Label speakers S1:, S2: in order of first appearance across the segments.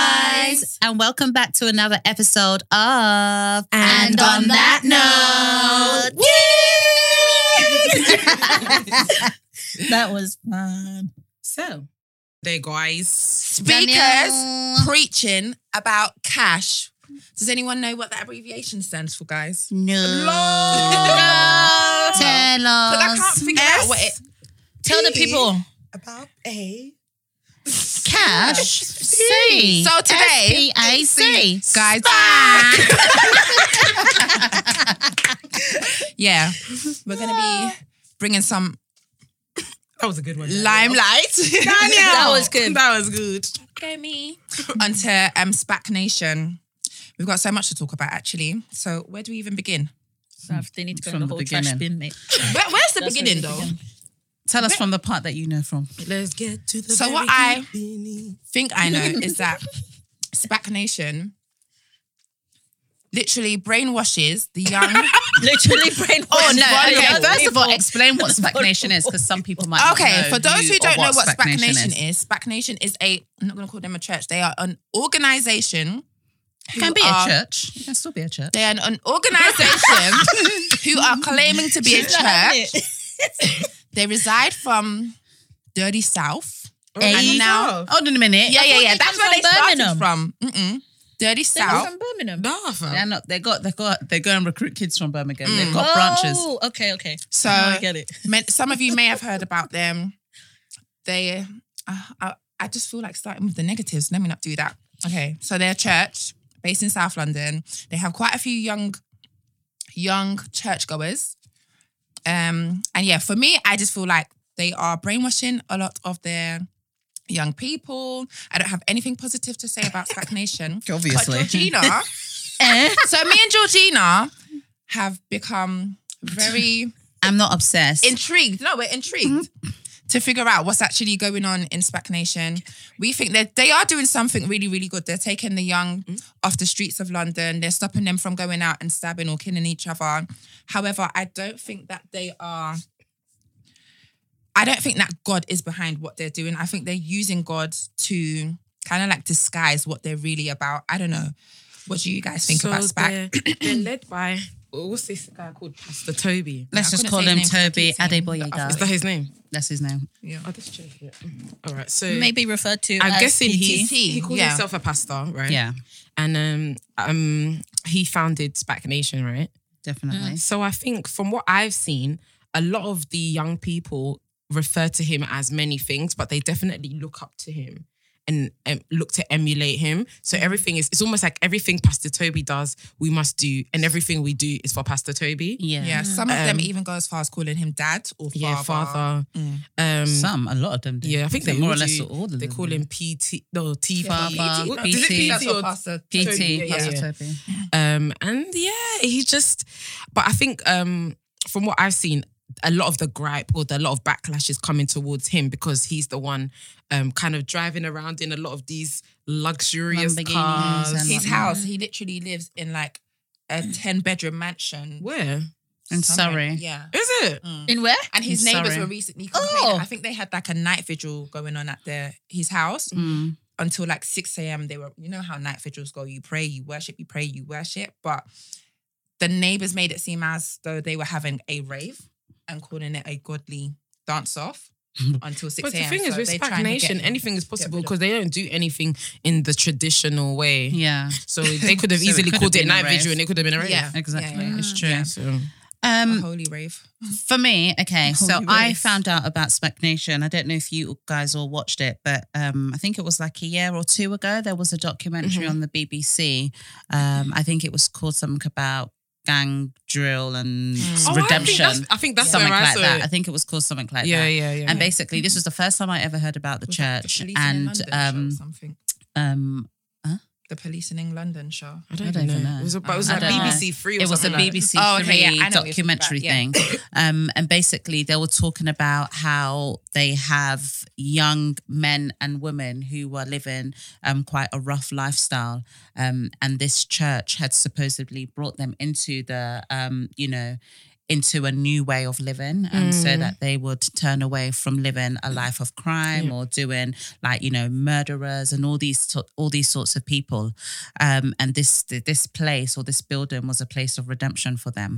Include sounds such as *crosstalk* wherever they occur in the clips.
S1: guys, and welcome back to another episode of.
S2: And on that note,
S1: *laughs* that was fun. So,
S3: There, guys.
S2: Speakers
S1: Danielle.
S2: preaching about cash. Does anyone know what that abbreviation stands for, guys?
S1: no.
S2: No.
S1: Tell us.
S2: But I can't figure out what it.
S3: Tell the
S2: P
S3: people.
S2: about a
S1: Cash. C.
S2: So today-
S1: S-P-A-C.
S3: Guys.
S2: *laughs* yeah, we're gonna be bringing some
S3: That was a good one. *laughs*
S2: limelight. *laughs*
S3: that was good. That was good.
S2: Go me. Onto um, SPAC Nation. We've got so much to talk about, actually. So where do we even begin?
S4: they need to go
S1: From
S4: in
S1: the
S4: the whole trash
S1: beginning.
S4: bin, mate.
S2: Where, where's the
S4: That's where
S2: beginning,
S4: they
S2: though?
S4: begin.
S1: Tell us from the part that you know from.
S3: Let's get to the.
S2: So
S3: very
S2: what I-
S3: beginning.
S2: think I know is that SPAC Nation literally brainwashes the young. *laughs*
S4: Literally brain.
S1: Oh no!
S2: Why
S1: Okay,
S2: not?
S1: first of all, explain what SPAC Nation is because some people might. not
S2: okay,
S1: know
S2: for those
S1: you
S2: who
S1: or
S2: don't know what SPAC Nation,
S1: is.
S2: is, SPAC Nation is a, I'm not going to call them a church, they are an organization. who
S1: can be
S2: are-
S1: a church. It can still be a church.
S2: They are an organization who are claiming to be a church. They reside from Dirty South.
S1: Hey.
S2: And now,
S1: Hold on a minute.
S2: Oh. yeah, yeah, yeah.
S4: they
S2: That's
S4: come
S2: where they
S4: from
S2: started
S4: Birmingham.
S2: from. Mm-mm. Dirty
S4: They're
S2: South.
S4: from Birmingham.
S3: Nah,
S1: They're
S3: fam.
S1: not. They got. They got. They go and recruit kids from Birmingham. They've
S2: Mm.
S1: got branches.
S4: Oh, okay, okay.
S2: So
S4: Now I get it.
S2: Men- some of you may have *laughs* heard about them. They, uh, I, I just feel like starting with the negatives. Let me not do that. Okay, so they're a church based in South London. They have quite a few young, young churchgoers. Um, and yeah, for me, I just feel like they are brainwashing a lot of their young people. I don't have anything positive to say *laughs* about stagnation.
S1: *laughs* Obviously. Eh?
S2: But Georgina. so me and Georgina have become very
S1: I'm not obsessed.
S2: *laughs* intrigued. No, we're intrigued to figure out what's actually going on in Spac Nation. We think that they are doing something really, really good. They're taking the young off the streets of London. They're stopping them from going out and stabbing or killing each other. However, I don't think that they are. I don't think that God is behind what they're doing. I think they're using God to kind of like disguise what they're really about. I don't know. What do you guys think about Spac?
S3: They're, they're led by oh, what's this guy called? Pastor Toby.
S1: Let's
S2: I
S1: just
S2: couldn't
S1: call
S2: say
S1: him
S2: his name 'cause I
S1: Toby
S2: keep saying the
S1: Adeboyega.
S2: office.
S3: Is that his name?
S1: That's his name.
S3: Yeah. Oh, that's true. Yeah. All right. So
S4: Maybe referred to.
S1: uh,
S3: I'm
S4: as
S3: guessing
S4: PT.
S3: he's,
S2: PT,
S3: he calls
S2: yeah.
S3: himself a pastor, right?
S1: Yeah,
S3: And um, um, he founded Spac Nation, right?
S1: definitely.
S3: So I think from what I've seen, a lot of the young people refer to him as many things, but they definitely look up to him and um, look to emulate him. So everything is, it's almost like everything Pastor Toby does, we must do, and everything we do is for Pastor Toby.
S1: Yeah.
S2: Yeah, some of them
S3: Um,
S2: even go as far as calling him dad or father.
S3: Yeah, father.
S2: Mm.
S3: Um,
S1: Some, a lot of them do.
S3: yeah, I think they
S1: more
S3: all
S1: or less
S3: do.
S1: all of them.
S3: They call
S1: do.
S3: him PT, no, T uh,
S1: Father,
S3: What-
S1: PT.
S3: is it PT or
S1: PT.
S3: Toby, yeah,
S1: Pastor
S3: yeah.
S1: Toby.
S3: Um, and yeah, he just, but I think um, from what I've seen, a lot of the gripe or the, a lot of backlash is coming towards him because he's the one um, kind of driving around in a lot of these luxurious
S1: Lamborghinis
S3: cars.
S1: and
S2: His
S1: whatnot.
S2: house, he literally lives in like a 10 bedroom mansion.
S3: Where
S1: Mm. In
S2: somewhere.
S1: Surrey.
S2: Yeah.
S3: is it?
S4: in where?
S2: And his
S1: In
S2: neighbors
S1: Surrey.
S2: were recently complaining.
S4: Oh.
S2: I think they had like a night vigil going on at their his house
S1: Mm.
S2: until like 6 a.m. They were, you know how night vigils go. You pray, you worship, you pray, you worship. But the neighbors made it seem as though they were having a rave and calling it a godly dance
S1: *laughs*
S2: off until 6
S3: But
S2: a.m.
S3: the thing
S2: So
S3: is, with
S2: they're
S3: Spac
S2: trying to get
S3: Nation,
S2: him.
S3: anything is
S2: rid
S3: possible
S2: of-
S3: because they don't do anything in the traditional way.
S1: Yeah,
S3: So they could have
S1: *laughs* So it
S3: easily
S1: could have
S3: called it
S1: been a
S3: night
S1: rave.
S3: vigil and it could have been a rave.
S2: Yeah.
S1: exactly.
S2: yeah.
S1: It's true.
S3: So
S2: A
S1: Um,
S2: holy rave.
S1: For me, okay, so
S2: Holy
S1: I
S2: waste.
S1: found out about Spec Nation. I don't know if you guys all watched it, but um, I think it was like a year or two ago. There was a documentary
S3: Mm-hmm.
S1: on the BBC. Um, I think it was called something about gang drill and
S2: Mm.
S3: Oh, I think
S1: redemption,
S3: that's- I think that's,
S1: something
S3: where I
S1: like
S3: saw
S1: that.
S3: it.
S1: I think it was called something like
S3: yeah,
S1: that.
S3: yeah, yeah.
S1: And basically, this was the first time I ever heard about the
S2: Was that the
S1: church,
S2: police in
S1: and
S2: London show or
S1: um,
S2: something.
S1: um,
S2: The police in England and show.
S3: I don't,
S1: I don't
S3: know.
S1: even know.
S3: It was, about, it was
S1: I
S3: like
S1: don't know.
S3: BBC Three. Or
S1: it was a
S3: something like that.
S1: BBC
S2: Oh,
S1: Three
S2: okay, yeah, I know what you're talking
S1: documentary
S2: about, yeah. *laughs*
S1: thing. Um, and basically, they were talking about how they have young men and women who were living um, quite a rough lifestyle. Um, and this church had supposedly brought them into the, um, you know, into a new way of living and so
S3: Mm.
S1: that they would turn away from living a life of crime
S3: Yeah.
S1: or doing like you know murderers and all these to- all these sorts of people um, and this this place or this building was a place of redemption for them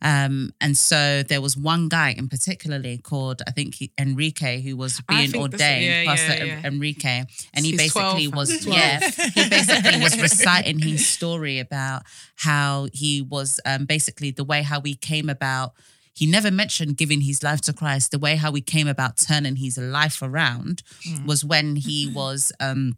S1: um, and so there was one guy in particularly called i think he, enrique who was
S3: I
S1: being
S3: think that's it.
S1: ordained
S3: Yeah,
S1: pastor
S3: yeah,
S1: En-
S3: yeah.
S1: enrique and he
S3: He's 12.
S1: basically was
S3: *laughs* He's
S1: yeah he basically
S3: *laughs*
S1: was reciting his story about how he was um, basically the way how he came about. He never mentioned giving his life to Christ. The way how he came about turning his life around was when he was. Um,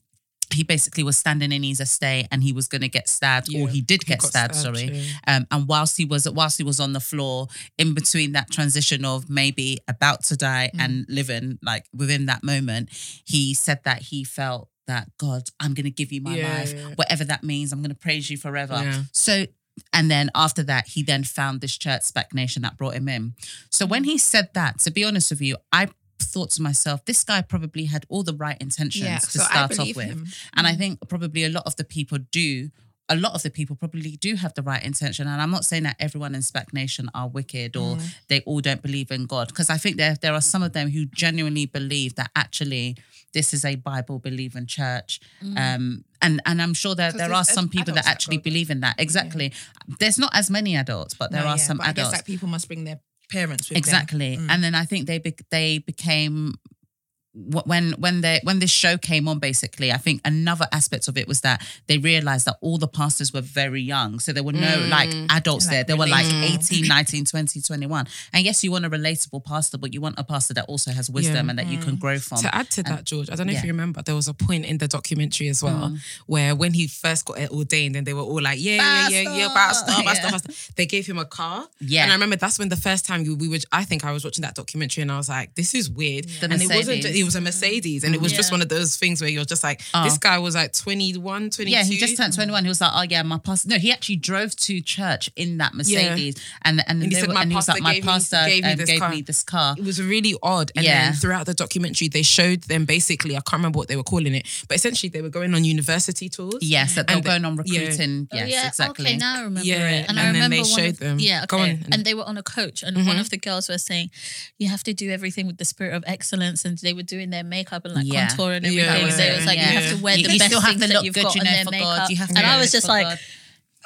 S1: he basically was standing in his estate and he was going to get stabbed, or
S3: Yeah,
S1: he did get
S3: got
S1: stabbed. Sorry, um, and whilst he was whilst he was on the floor, in between that transition of maybe about to die
S2: Mm.
S1: and living, like within that moment, he said that he felt that God, I'm going to give you my
S3: Yeah,
S1: life,
S3: yeah.
S1: whatever that means. I'm going to praise you forever.
S3: Yeah.
S1: So. And then after that, he then found this church, Spec Nation, that brought him in. So
S2: Mm.
S1: when he said that, to be honest with you, I thought to myself, this guy probably had all the right intentions
S2: Yeah,
S1: to
S2: so I
S1: start off
S2: believe
S1: with.
S2: him.
S1: And I think probably a lot of the people do. A lot of the people probably do have the right intention, and I'm not saying that everyone in Spac Nation are wicked or
S2: Mm.
S1: they all don't believe in God, because I think there there are some of them who genuinely believe that actually this is a Bible believing church,
S3: Mm.
S2: Mm.
S1: um, and and I'm sure that
S2: 'Cause
S1: there are
S2: there's
S1: some
S2: ad-
S1: people that
S2: adults that
S1: actually
S2: go there.
S1: believe in that. Exactly, there's not as many adults, but there
S2: No,
S1: are
S2: yeah,
S1: some
S2: but I
S1: adults
S2: guess that people must bring their parents with them.
S1: exactly
S2: Mm.
S1: and then i think they bec they became wh- when when they when this show came on basically i think another aspect of it was that they realized that all the pastors were very young so there were no
S3: Mm.
S1: like adults
S2: Like
S1: there they were like
S3: relatable. *laughs*
S1: 18 19 20 21 and yes you want a relatable pastor but you want a pastor that also has wisdom and that you
S3: Mm.
S1: can grow from
S3: To add to that, George, I don't know
S1: yeah. Mm.
S3: if you remember, there was a point in the documentary as well where when he first got ordained and they were all like, yeah, yeah, yeah, yeah,
S1: Pastor.
S3: pastor, pastor,
S1: Yeah.
S3: pastor. They gave him a car.
S1: Yeah.
S3: And I remember that's when the first time you- we were, I think I was watching that documentary and I was like, this is weird.
S1: The
S3: and it wasn't, just,
S1: Mercedes.
S3: it was a Mercedes and it was just
S4: Yeah.
S3: one of those things where you're just like,
S1: Oh.
S3: this guy was like 21, 22.
S1: Yeah, he just turned 21. He was like, oh, yeah, my pastor. No, he actually drove to church in that Mercedes. And, and,
S3: And he
S1: they
S3: said,
S1: were-
S3: "My
S1: and he was like,
S3: pastor
S1: my
S3: gave me-
S1: pastor
S3: gave me
S1: um,
S3: this
S1: gave
S3: car."
S1: me this car.
S3: it was really odd. And
S1: Yeah.
S3: then throughout the documentary, they showed them basically, I can't remember what they were calling it, but essentially they were going on university tours.
S1: Yes, that they were
S3: And the-
S1: going on
S3: yeah.
S1: recruiting.
S4: Oh,
S1: Yes,
S4: yeah,
S1: exactly.
S4: Okay, now I remember
S3: Yeah,
S4: it. And, I
S3: and
S4: remember
S3: then they
S4: one
S3: showed
S4: of,
S3: them.
S4: Yeah, okay.
S3: Go on.
S4: And they were on a coach, and
S1: Mm-hmm.
S4: one of the girls was saying, "You have to do everything with the spirit of excellence." And they were doing their makeup and like
S1: Yeah.
S4: contour and
S3: Yeah.
S4: everything. So it was like you
S3: Yeah.
S4: have to wear
S1: You-
S4: the
S1: you
S4: best
S1: still have
S4: things
S1: to
S4: that
S1: look
S4: you've
S1: good,
S4: got
S1: you
S4: on
S1: know,
S4: their
S1: for
S4: makeup.
S1: God. You have to
S4: and I
S1: look
S4: was
S1: good
S4: just
S1: for
S4: like,
S1: God.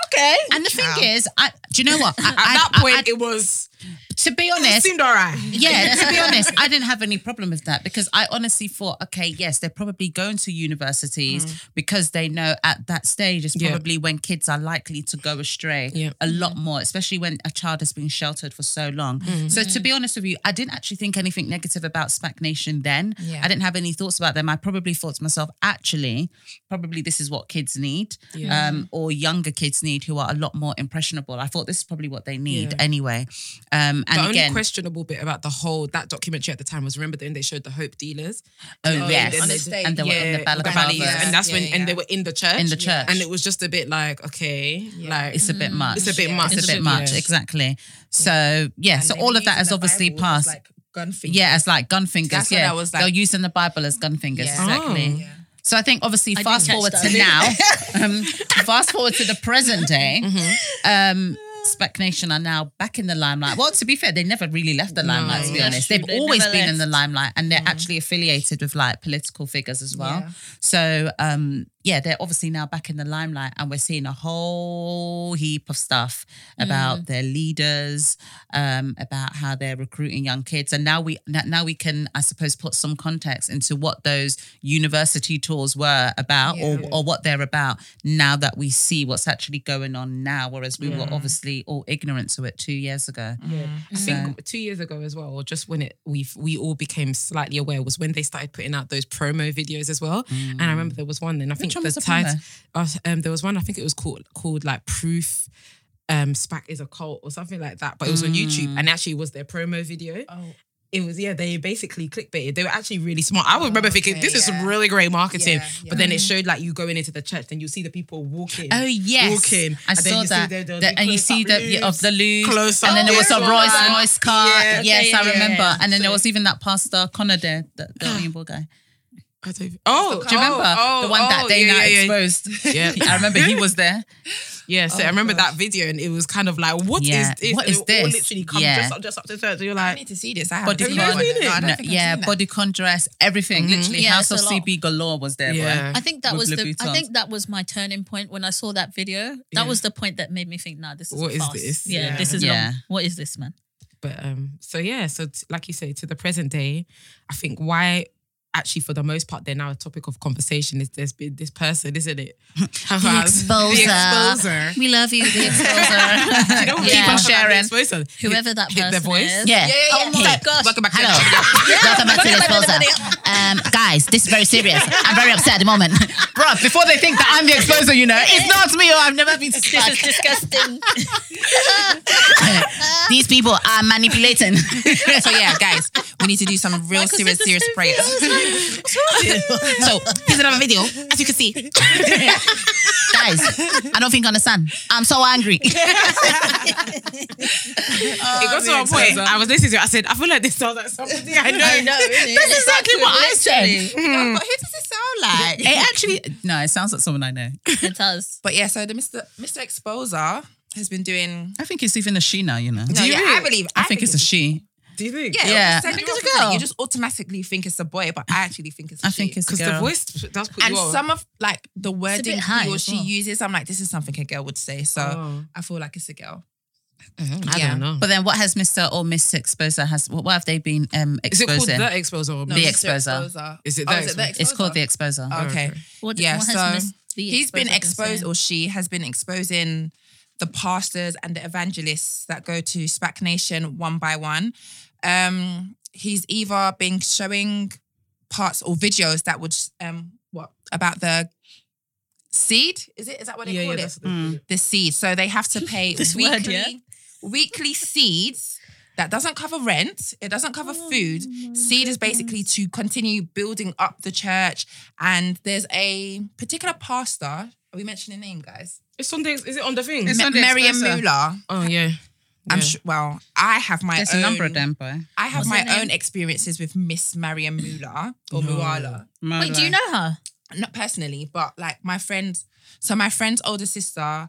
S4: okay.
S1: And the thing is, I, do you know *laughs* what? I,
S3: At that
S1: I- I-
S3: point, it was,
S1: to be
S3: it
S1: honest,
S3: seemed all *laughs* right.
S1: yeah, to be honest, I didn't have any problem with that because I honestly thought, okay, yes, they're probably going to universities because they know at that stage is
S3: Mm. Yeah.
S1: probably when kids are likely to go astray
S3: Yeah.
S1: a lot more, especially when a child has been sheltered for so long.
S3: Mm.
S1: So, to be honest with you, I didn't actually think anything negative about Spac Nation then.
S2: Yeah.
S1: I didn't have any thoughts about them. I probably thought to myself, actually, probably this is what kids need
S3: Yeah.
S1: um, or younger kids need who are a lot more impressionable. I thought this is probably what they need
S3: Yeah.
S1: anyway. Um, and
S3: the
S1: again,
S3: only questionable bit about the whole that documentary at the time was remember then they showed the hope dealers
S1: Oh,
S3: Oh,
S1: yes.
S3: yes. On the
S2: stage.
S1: And they were in the
S3: with
S1: balaclavas.
S3: valleys,
S2: Yeah.
S3: and that's when
S2: Yeah,
S3: and
S2: yeah.
S3: they were in the church
S1: In the church.
S3: and it was just a bit like okay like
S1: It's a bit much.
S3: it's a bit much
S1: It's a bit much,
S3: Yeah.
S1: exactly. So, yeah, so
S2: And they
S1: all
S2: were
S1: of
S2: using
S1: that has
S2: the
S1: obviously
S2: Bible as,
S1: passed.
S2: Like gun fingers.
S1: yeah, as like gun fingers.
S2: That's what
S1: yeah,
S2: I was
S1: they're
S2: like-
S1: using the Bible as gun fingers.
S2: Yeah.
S1: Exactly.
S3: Oh.
S2: Yeah.
S1: So I think obviously
S4: I didn't
S1: fast
S4: catch
S1: forward
S4: that.
S1: to
S4: *laughs*
S1: now, um, fast forward to the present day.
S3: Mm-hmm.
S1: Um, Spec Nation are now back in the limelight. Well, to be fair, they never really left the limelight. to be
S4: That's
S1: honest,
S4: true.
S1: they've
S4: They
S1: always
S4: never
S1: been in
S4: left.
S1: the limelight, and
S3: Mm-hmm.
S1: they're actually affiliated with like political figures as well.
S2: Yeah.
S1: So, um, yeah, they're obviously now back in the limelight, and we're seeing a whole heap of stuff about
S3: Mm.
S1: their leaders, um, about how they're recruiting young kids, and now we n- now we can, I suppose, put some context into what those university tours were about, or
S2: Yeah.
S1: or what they're about. Now that we see what's actually going on now, whereas we were
S3: Yeah.
S1: obviously all ignorant to it two years ago.
S4: Mm-hmm. mm,
S3: I think two years ago as well, or just when it we we all became slightly aware was when they started putting out those promo videos as well. And I remember there was one, and I think
S1: one
S3: the
S1: was Mm. the
S3: title, uh, um, there was one I think it was called called like proof. Um, SPAC is a cult or something like that, but it was on
S1: Mm.
S3: YouTube and actually it was their promo video.
S2: Oh,
S3: It was, yeah, they basically clickbaited. They were actually really smart.
S1: Oh,
S3: I would remember thinking,
S2: okay,
S3: this is
S2: yeah.
S3: some really great marketing.
S2: Yeah, yeah.
S3: But then it showed like you going into the church, then you see the people walking.
S1: Oh yes,
S3: Walking.
S1: I
S3: And then
S1: saw
S3: you see
S1: that.
S3: there- there'll
S1: The-
S3: be
S1: and you
S3: close-up
S1: see the of the loose,
S3: Close up
S1: and then there was a
S3: this
S1: Rolls
S3: one.
S1: Royce car.
S3: Yeah.
S1: yes,
S4: Yeah,
S1: I
S4: yeah,
S1: remember.
S4: yeah.
S1: And then there
S3: So-
S1: was even that pastor Connor there, the, the Rainbow guy.
S3: I don't, oh,
S1: Do you remember
S3: oh,
S1: the one that
S3: oh,
S1: they
S3: yeah,
S1: now
S3: yeah, yeah.
S1: exposed?
S3: *laughs*
S1: *laughs*
S3: Yeah.
S1: I remember he was there.
S3: Yeah, so
S2: Oh,
S3: I remember
S2: gosh.
S3: that video, and it was kind of like, what is
S1: Yeah.
S3: this?
S1: What
S3: And
S1: is
S3: they were all
S1: this?
S3: literally come
S1: Yeah.
S3: just up, just up to church, and you're
S2: I
S3: like,
S2: need to see this. I haven't.
S1: Bodycon.
S2: seen that one.
S3: Have you
S2: No, I
S3: seen
S2: don't
S1: No,
S2: think I've
S1: yeah,
S2: seen that.
S1: bodycon dress, everything.
S3: Mhm.
S1: Literally,
S4: Yeah,
S1: House of
S4: it's a lot.
S1: CB galore was there. Right?
S3: yeah,
S4: I think that
S1: With
S4: was
S1: Le
S4: the I
S1: Boutons.
S4: think that was my turning point when I saw that video. That
S3: Yeah.
S4: was the point that made me think, nah, this is
S3: What is
S4: fast.
S3: this?
S4: Yeah,
S3: Yeah.
S4: this is
S1: Yeah.
S4: long. What is this, man?
S3: But um, so yeah, so t- like you say, to the present day, I think why actually for the most part they're now a topic of conversation is there's been this person, isn't it? *laughs* the
S4: exposer.
S3: exposer.
S4: We love you, *laughs* the
S3: Do you know
S4: exposer.
S3: what
S1: Oh, Yeah. Keep
S3: people
S1: on
S3: talk about
S1: sharing.
S3: the exposer?
S4: Whoever that
S3: Hit
S4: person
S3: their voice.
S4: is.
S1: Yeah.
S2: Yeah, yeah, yeah.
S4: Oh my
S2: Yeah.
S4: gosh.
S2: Welcome back. to
S1: Hello.
S2: the-
S1: Welcome back to
S4: *laughs*
S1: the exposer. Um, guys, this is very serious. I'm very upset at the moment. *laughs* Bruh, before they think that I'm the exposer, you know, it's not me. Or I've never been
S4: This
S1: struck.
S4: is disgusting.
S1: These people are manipulating.
S2: So yeah, guys, we need to do *laughs* some real
S4: Michael
S2: serious,
S4: said the
S2: serious
S4: same
S2: prayers.
S1: so here's another video, as you
S2: *laughs*
S1: can see. Guys, I don't think you understand. I'm so angry.
S3: it got to a point. *laughs* I was listening to it. I said, I feel like this sounds like somebody I know.
S4: That's
S1: exactly what I said.
S2: But who does it sound like?
S1: It actually no, it sounds like someone I know.
S4: It does.
S2: But yeah, so the Mr. Mr. Exposer has been doing.
S1: I think it's even a she now, you know.
S2: No,
S3: you
S2: yeah,
S3: really?
S2: I believe.
S1: I think it's a she.
S3: Do you think?
S2: Yeah,
S1: Yeah.
S2: yeah. I think it's a girl. You just automatically think it's a boy, but I actually think it's. a
S1: I think
S2: she.
S1: it's a
S3: Because the
S1: girl.
S3: voice does put
S2: And
S3: you off.
S2: some of like the
S4: bit
S2: wording
S4: high
S2: he or
S4: as
S2: she
S4: well.
S2: uses, I'm like, this is something a girl would say. So
S3: Oh,
S2: I feel like it's a girl.
S3: Mm, I
S2: Yeah.
S3: don't know.
S1: But then, what has Mister or Miss Exposer has? What, what have they been um,
S3: is it called
S1: exposing?
S3: the exposer? Or
S1: The
S2: Mr.
S1: Exposer.
S3: Is it
S2: Oh,
S3: the
S2: is it the
S3: Exposer?
S1: it's called the
S2: Exposer?
S1: Exposer.
S2: Oh, okay.
S4: What,
S2: Yeah,
S4: what
S2: so
S4: has Miss the
S2: He's been
S4: exposer
S2: exposed,
S4: saying?
S2: or she has been exposing the pastors and the evangelists that go to SPAC Nation one by one. Um, he's either been showing parts or videos that would um what about the seed? Is it is that what they
S3: yeah,
S2: call
S3: yeah,
S2: it?
S3: that's what they
S1: Mm.
S3: call it.
S2: the seed. So they
S1: *laughs*
S2: have to pay
S4: This
S2: weekly
S4: word, yeah?
S2: weekly seeds. That doesn't cover rent. It doesn't cover
S1: Oh,
S2: food. Seed is basically to continue building up the church. And there's a particular pastor. Are we mentioning name, guys?
S3: It's on the. Is it on the thing?
S1: It's
S2: Ma-
S1: on the
S2: Miriam
S1: Expressor.
S2: Muller.
S3: oh yeah.
S2: I'm
S3: Yeah.
S2: sure. Well, I have my
S1: There's
S2: own.
S1: a number of them, boy.
S2: I have
S4: What's
S2: my
S4: her name?
S2: own experiences with Miss Mariam Muller or
S3: No.
S2: Muala.
S4: Wait, do you know her?
S2: Not personally, but like my friend. So my friend's older sister,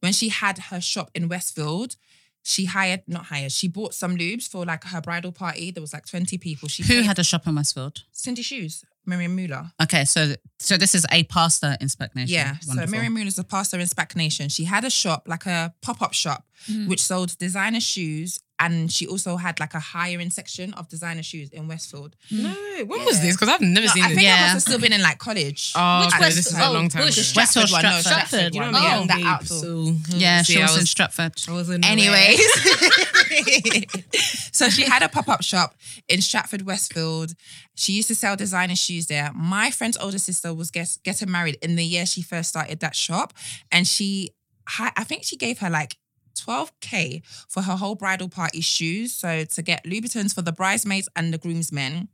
S2: when she had her shop in Westfield, she hired not hired. She bought some lubes for like her bridal party. There was like 20 people. She
S1: who
S2: paid-
S1: had a shop in Westfield?
S2: Cindy Shoes, Miriam Muller.
S1: Okay, so so this is a pastor in Spec Nation.
S2: Yeah.
S1: Wonderful.
S2: So Miriam Moon is a pastor in Spac Nation. She had a shop, like a pop-up shop,
S1: Mm-hmm.
S4: Mhm.
S2: which sold designer shoes. And she also had like a higher end section of designer shoes in Westfield.
S3: No, when was this? Because I've never
S2: No, I
S3: seen
S2: think
S3: this.
S2: I
S1: Yeah.
S2: must have still been in like college.
S3: Oh,
S4: Which
S3: okay,
S4: was-
S3: this is a
S4: oh,
S3: long time
S4: Bush.
S3: ago.
S1: West- Westfield,
S2: one, no,
S1: Stratford.
S2: Stratford
S3: You know
S2: one.
S3: what I mean?
S2: Yeah, that outdoor.
S1: Yeah, she
S3: I
S1: was in
S3: was-
S1: Stratford.
S3: I was in
S2: Anyways, *laughs* so she had a pop up shop in Stratford, Westfield. She used to sell designer shoes there. My friend's older sister was get, getting married in the year she first started that shop. And she, hi- I think she gave her like 12K for her whole bridal party shoes. So to get Louboutins for the bridesmaids and the groomsmen,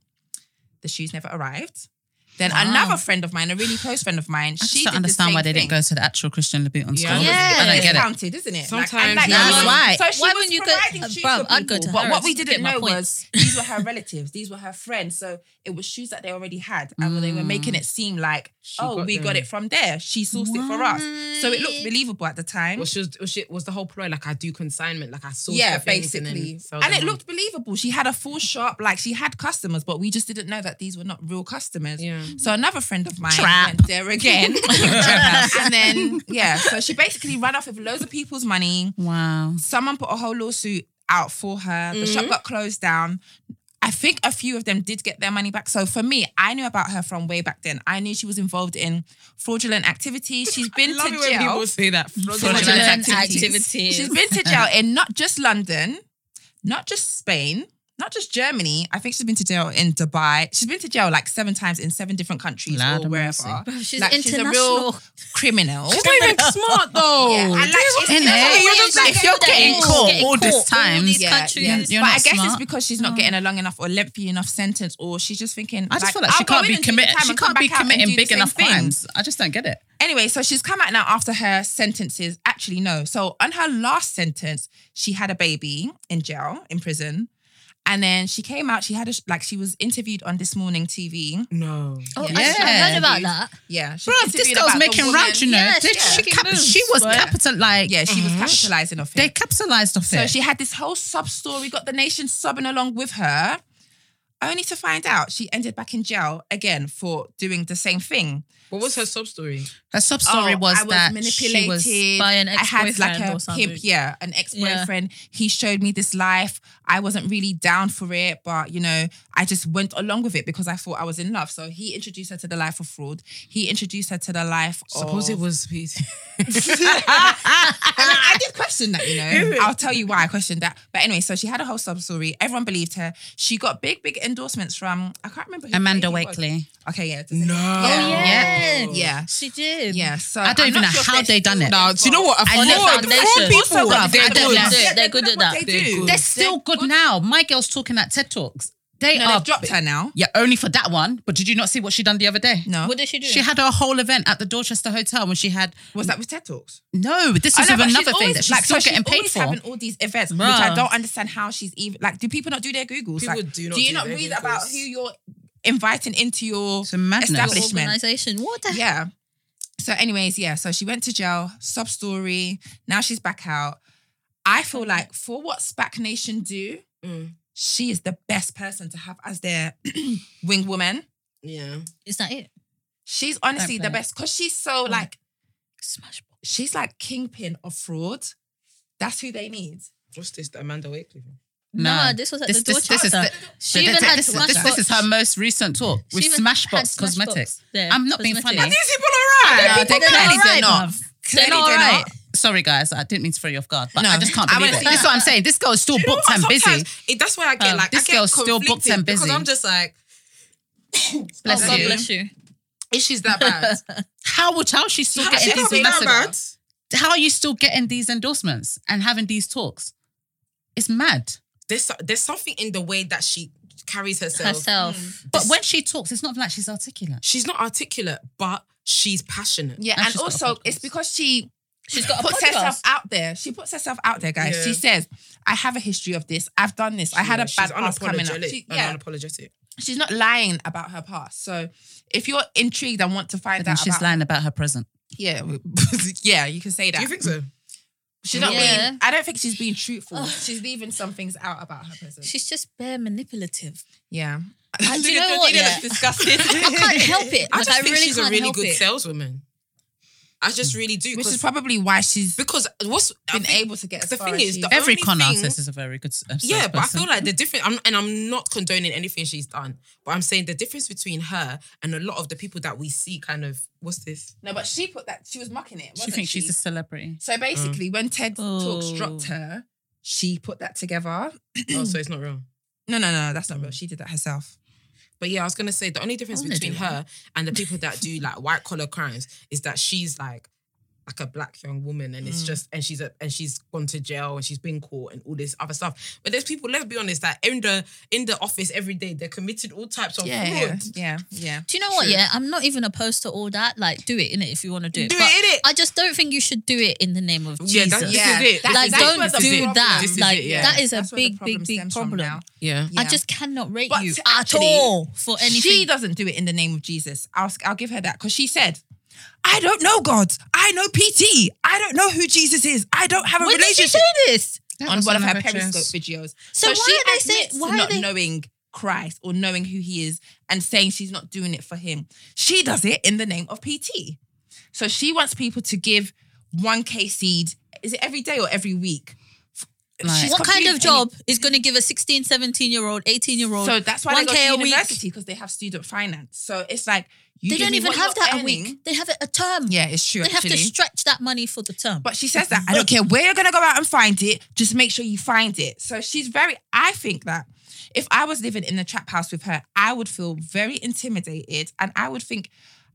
S2: the shoes never arrived. Then
S4: Wow.
S2: another friend of mine, a really close friend of mine,
S1: I
S2: she
S1: just
S2: did
S1: don't
S2: the
S1: understand
S2: same
S1: why they didn't
S2: thing.
S1: go to the actual Christian Louboutin
S3: Yeah.
S1: school.
S4: Yeah.
S1: I don't
S2: It's
S1: get it.
S2: counted, isn't it?
S3: Sometimes,
S2: like, I'm like,
S1: yeah.
S2: oh,
S1: Why?
S2: So she
S4: Why
S2: was
S4: wouldn't you go-
S2: providing
S4: Uh,
S2: shoes
S4: bruv,
S2: for
S4: I'd go to
S2: people, But
S4: Harrods
S2: what we
S4: to
S2: didn't
S4: get my
S2: know
S4: point.
S2: was these were her relatives, these were her friends. So it was shoes that they already had, and they were
S1: Mm.
S2: making it seem like,
S3: She
S2: oh,
S3: got
S2: we
S3: them.
S2: got it from there. She sourced it for us. So it looked believable at the time.
S3: Was, she, was, she, was the whole ploy like I do consignment, like I source
S2: Yeah,
S3: the things and then
S2: basically.
S3: sell
S2: And,
S3: them
S2: it
S3: on.
S2: looked believable. She had a full shop, like she had customers, but we just didn't know that these were not real customers.
S3: Yeah.
S2: So another friend of mine
S1: Trap.
S2: went there
S4: *laughs*
S2: again. and then, yeah, so she basically ran off with loads of people's money.
S1: Wow.
S2: someone put a whole lawsuit out for her. The
S3: Mm-hmm.
S2: shop got closed down. I think a few of them did get their money back. So for me, I knew about her from way back then. I knew she was involved in fraudulent activities.
S3: *laughs*
S2: She's been
S3: Love
S2: to
S3: it when
S2: jail.
S3: people say that.
S1: Fraudulent
S4: Fraudulent
S2: activities.
S4: activities.
S2: She's been
S3: *laughs*
S2: to jail in not just London, not just Spain, not just Germany. I think she's been to jail in Dubai. She's been to jail like seven times in seven different countries
S1: Lord
S2: or
S1: have
S2: wherever.
S1: mercy.
S4: Bruv, she's
S2: Like, *laughs* she's a
S4: international. *laughs*
S2: real criminal.
S3: It's not even smart though.
S2: Yeah, and like, it's-
S1: In
S2: that's what
S1: it. You're
S2: it
S1: just
S2: is.
S1: like, if you're getting
S4: Getting
S1: caught
S4: caught
S1: all
S4: all
S1: this
S4: these
S1: time,
S4: times. countries.
S1: You're
S2: but
S1: not
S2: I guess
S1: smart.
S2: it's because she's not getting a long enough or lengthy enough sentence, or she's just thinking.
S1: I just
S2: like,
S1: feel like she
S2: I'll go
S1: can't
S2: in
S1: be
S2: and do the
S1: committing.
S2: time
S1: She
S2: and come
S1: can't be
S2: back out and
S1: committing
S2: do the
S1: big
S2: same
S1: enough
S2: thing.
S1: crimes. I just don't get it.
S2: Anyway, so she's come out now after her sentences. Actually, no. So on her last sentence, she had a baby in jail, in prison, And then she came out. She had a sh- like she was interviewed on this morning TV.
S3: No.
S4: Oh,
S2: Yeah.
S4: I just
S1: Yeah.
S4: heard about that.
S2: Yeah, she
S1: Bro,
S2: was
S1: this
S2: interviewed
S1: girl's
S2: about the
S1: making
S2: woman-
S1: ranch, you know. Mm-hmm.
S4: Yes,
S1: Did
S4: yeah.
S1: she,
S4: Making
S1: cap-
S4: moves,
S1: she was
S4: right?
S1: capital like
S2: Yeah, she was capitalizing off it.
S1: they capitalized off
S2: So
S1: it.
S2: she had this whole sub story, got the nation sobbing along with her, only to find out she ended back in jail again for doing the same thing.
S3: What was her sub story?
S1: Her sub story
S2: Oh,
S1: was,
S2: I was
S1: that she
S2: manipulated.
S1: was
S4: By an
S2: I had
S4: ex-boyfriend
S2: like a
S4: or something.
S2: pimp, yeah, an ex boyfriend. He showed me this life. I wasn't really down for it, but you know, I just went along with it because I thought I was in love. So he introduced her to the life of fraud. He introduced her to the life.
S3: Suppose
S2: of...
S3: it was.
S2: And I, I did question that, you know. I'll tell you why I questioned that. But anyway, so she had a whole sub story. Everyone believed her. She got big, big endorsements from I can't remember who the
S1: Amanda
S2: lady was.
S1: Wakely.
S2: Okay, yeah.
S3: *laughs* no.
S4: Oh, yeah.
S2: Yeah.
S4: She did.
S2: Yeah. So
S1: I don't
S2: I'm
S1: even
S2: not
S1: know
S2: sure
S1: how
S2: if
S1: they
S2: they're
S1: done it.
S2: still
S3: No, do you know what? A
S1: I
S3: fraud,
S1: love
S3: fraud
S4: foundation.
S3: people,
S1: Also,
S3: they're
S1: I don't
S3: good.
S1: know.
S4: They're
S2: they're good
S4: good at
S2: at
S4: that.
S2: what they
S3: They're
S2: do.
S3: good.
S1: They're still good now. My girl's talking at TED Talks. They
S2: No,
S1: are
S2: they've dropped her now.
S1: Yeah, only for that one. But did you not see what she done the other day?
S2: No.
S4: What did she do?
S1: She had her whole event at the Dorchester Hotel when she had
S2: was that with TED Talks?
S1: no. This
S2: I
S1: is
S2: know, but she's
S1: another thing
S2: always-
S1: that she's
S2: like,
S1: still
S2: so
S1: getting paid
S2: always
S1: for.
S2: Having all these events, which
S4: Bruh.
S2: I don't understand how she's even like. Do people not do their googles?
S3: People
S2: like,
S3: do not
S2: Do you
S3: do
S2: not
S3: their
S2: read
S3: Googles.
S2: about who you're inviting into your
S1: It's a madness.
S4: Your
S2: establishment?
S4: organization. What the
S2: yeah. So, anyways, yeah. So she went to jail, sub story. Now she's back out. I feel like for what Spac Nation do,
S3: Mm,
S2: she is the best person to have as their *clears throat* wing woman.
S3: yeah.
S4: Is that it?
S2: She's honestly
S1: Don't
S2: the
S1: blame.
S2: best because she's so like
S4: Smash.
S2: she's like kingpin of fraud. That's who they need.
S3: What's this? The Amanda Wakely.
S1: No.
S4: No, this was at
S1: This,
S4: the
S1: this, this
S4: Dorchester.
S1: is the,
S4: she
S1: the-
S4: even
S1: the-
S4: had
S1: this, is-
S4: Smashbox.
S1: this, this is her most recent talk with
S4: She even had
S1: Smashbox
S4: Smashbox
S1: Cosmetics.
S4: there,
S1: I'm not being
S4: cosmetics.
S1: funny.
S4: Are
S2: these people all
S1: No, they
S4: they're
S1: clearly
S4: not
S1: they're
S4: right,
S1: not.
S2: Clearly
S1: All
S2: they're
S1: right.
S2: not.
S1: Sorry, guys, I didn't mean to throw you off guard, but
S2: No.
S1: I just can't
S2: I wanna
S1: believe
S2: see
S1: it. That's
S2: that.
S1: what I'm saying. This girl's still
S3: You know
S1: booked
S3: what?
S1: and busy.
S3: Sometimes it- that's where I get
S1: Um,
S3: like
S1: this
S3: I get
S1: girl's still booked
S3: conflicted
S1: and busy.
S3: because I'm just like,
S1: Bless
S4: oh, God
S1: you.
S4: bless you.
S3: is she's that
S1: *laughs*
S3: bad?
S1: How would how she's still
S3: How-
S1: getting
S3: she
S1: these
S3: can't be that
S1: endorsements?
S3: bad.
S1: How are you still getting these endorsements and having these talks? It's mad.
S3: There's so- there's something in the way that she carries herself.
S4: Herself.
S1: But when she talks, it's not like she's articulate.
S3: She's not articulate, but she's passionate.
S2: Yeah,
S1: And
S2: and
S1: she's got a
S2: also
S1: podcast.
S2: it's because she
S4: She's got a
S2: puts
S4: podcast.
S2: herself out there. She puts herself out there, guys.
S3: Yeah.
S2: She says, "I have a history of this. I've done this. I had
S3: Yeah,
S2: a bad past coming up."
S3: unapologetic.
S2: She-
S3: and
S2: yeah,
S3: unapologetic.
S2: she's not lying about her past. So if you're intrigued and want to find
S1: But then
S2: out,
S1: she's
S2: about,
S1: lying about her present.
S2: yeah, we- *laughs* yeah, you can say that.
S3: Do you think so?
S2: she's not
S4: Yeah.
S2: being. I don't think she's being truthful. She's leaving some things out about her person.
S4: She's just bare manipulative.
S2: yeah,
S4: I, do you know what?
S3: *laughs*
S4: Yeah.
S2: disgusted.
S4: I can't help it.
S3: I
S4: Like,
S3: just
S4: I
S3: think
S4: really
S3: she's a
S4: can't
S3: really
S4: help
S3: good
S4: it.
S3: saleswoman. I just really do.
S2: Mm. Which
S3: 'cause-
S2: is probably why she's been
S3: because what's I think-
S2: able to get. As
S3: the
S2: far
S3: thing
S2: as
S3: is,
S2: she-
S3: the
S1: Every
S3: only
S1: con
S3: thing-
S1: artist is a very good. uh,
S3: Yeah, but I feel
S1: salesperson.
S3: like the difference, I'm, and I'm not condoning anything she's done, but I'm saying the difference between her and a lot of the people that we see kind of, what's this?
S2: no, but she put that. She was mucking it.
S1: she
S2: wasn't
S1: thinks she's a celebrity.
S2: So
S3: Mm.
S2: basically, when TED Talks
S1: Oh.
S2: dropped her, she put that together.
S3: Oh, so it's not real.
S2: No, no, no, that's not real. She did that herself.
S3: But yeah, I was gonna say the only difference
S4: wanna
S3: between
S4: do
S3: her and the people that
S2: *laughs*
S3: do like white collar crimes is that she's like like a black young woman and it's
S2: Mm.
S3: just and she's a and she's gone to jail and she's been caught and all this other stuff. But there's people, let's be honest, that in the in the office every day they're committing all types of
S2: yeah,
S3: fraud.
S2: yeah, yeah.
S4: Do you know what?
S3: True.
S4: Yeah, I'm not even opposed to all that. Like, do it in it if you want to do it.
S3: Do
S4: but
S3: it, innit?
S4: I just don't think you should do it in the name of
S3: Yeah,
S4: Jesus.
S3: that- this
S2: Yeah.
S3: is it.
S2: That-
S4: like,
S2: that's
S4: don't
S2: where the
S4: do
S2: problem-
S4: that.
S3: This is
S4: like,
S3: it, yeah.
S4: that is a
S2: That's where the
S4: big, big,
S2: problem
S4: big
S2: stems from
S4: problem.
S2: now.
S3: Yeah.
S4: I
S2: Yeah.
S4: just cannot rate
S2: But
S4: you
S2: actually,
S4: at all for anything.
S2: She doesn't do it in the name of Jesus. I'll, I'll give her that because she said, I don't know God. I know PT. I don't know who Jesus is. I don't have a
S4: when did she
S2: relationship.
S4: say this?
S1: That
S2: On
S1: was
S2: one of her
S1: another
S2: Periscope
S1: dress.
S2: videos.
S4: So, why are they saying?
S2: admits to
S4: Why are
S2: not
S4: they?
S2: knowing Christ or knowing who he is and saying she's not doing it for him. She does it in the name of PT. So she wants people to give 1K seed. Is it every day or every week? F-
S1: Like-
S2: she's
S4: What kind
S2: confused
S4: of
S2: and-
S4: job is going to give a 16, 17 year old, 18 year old?
S2: So that's why they go
S4: 1K a
S2: to
S4: week?
S2: university because they have student finance. So it's like you
S4: they
S2: give
S4: don't
S2: me
S4: even
S2: what
S4: have
S2: you're
S4: that a
S2: earning.
S4: week. They have it a term.
S2: Yeah, it's true.
S4: They have
S2: actually.
S4: to stretch that money for the term.
S2: But she says that I don't care where you're gonna go out and find it. Just make sure you find it. So she's very. I think that if I was living in the trap house with her, I would feel very intimidated, and I would think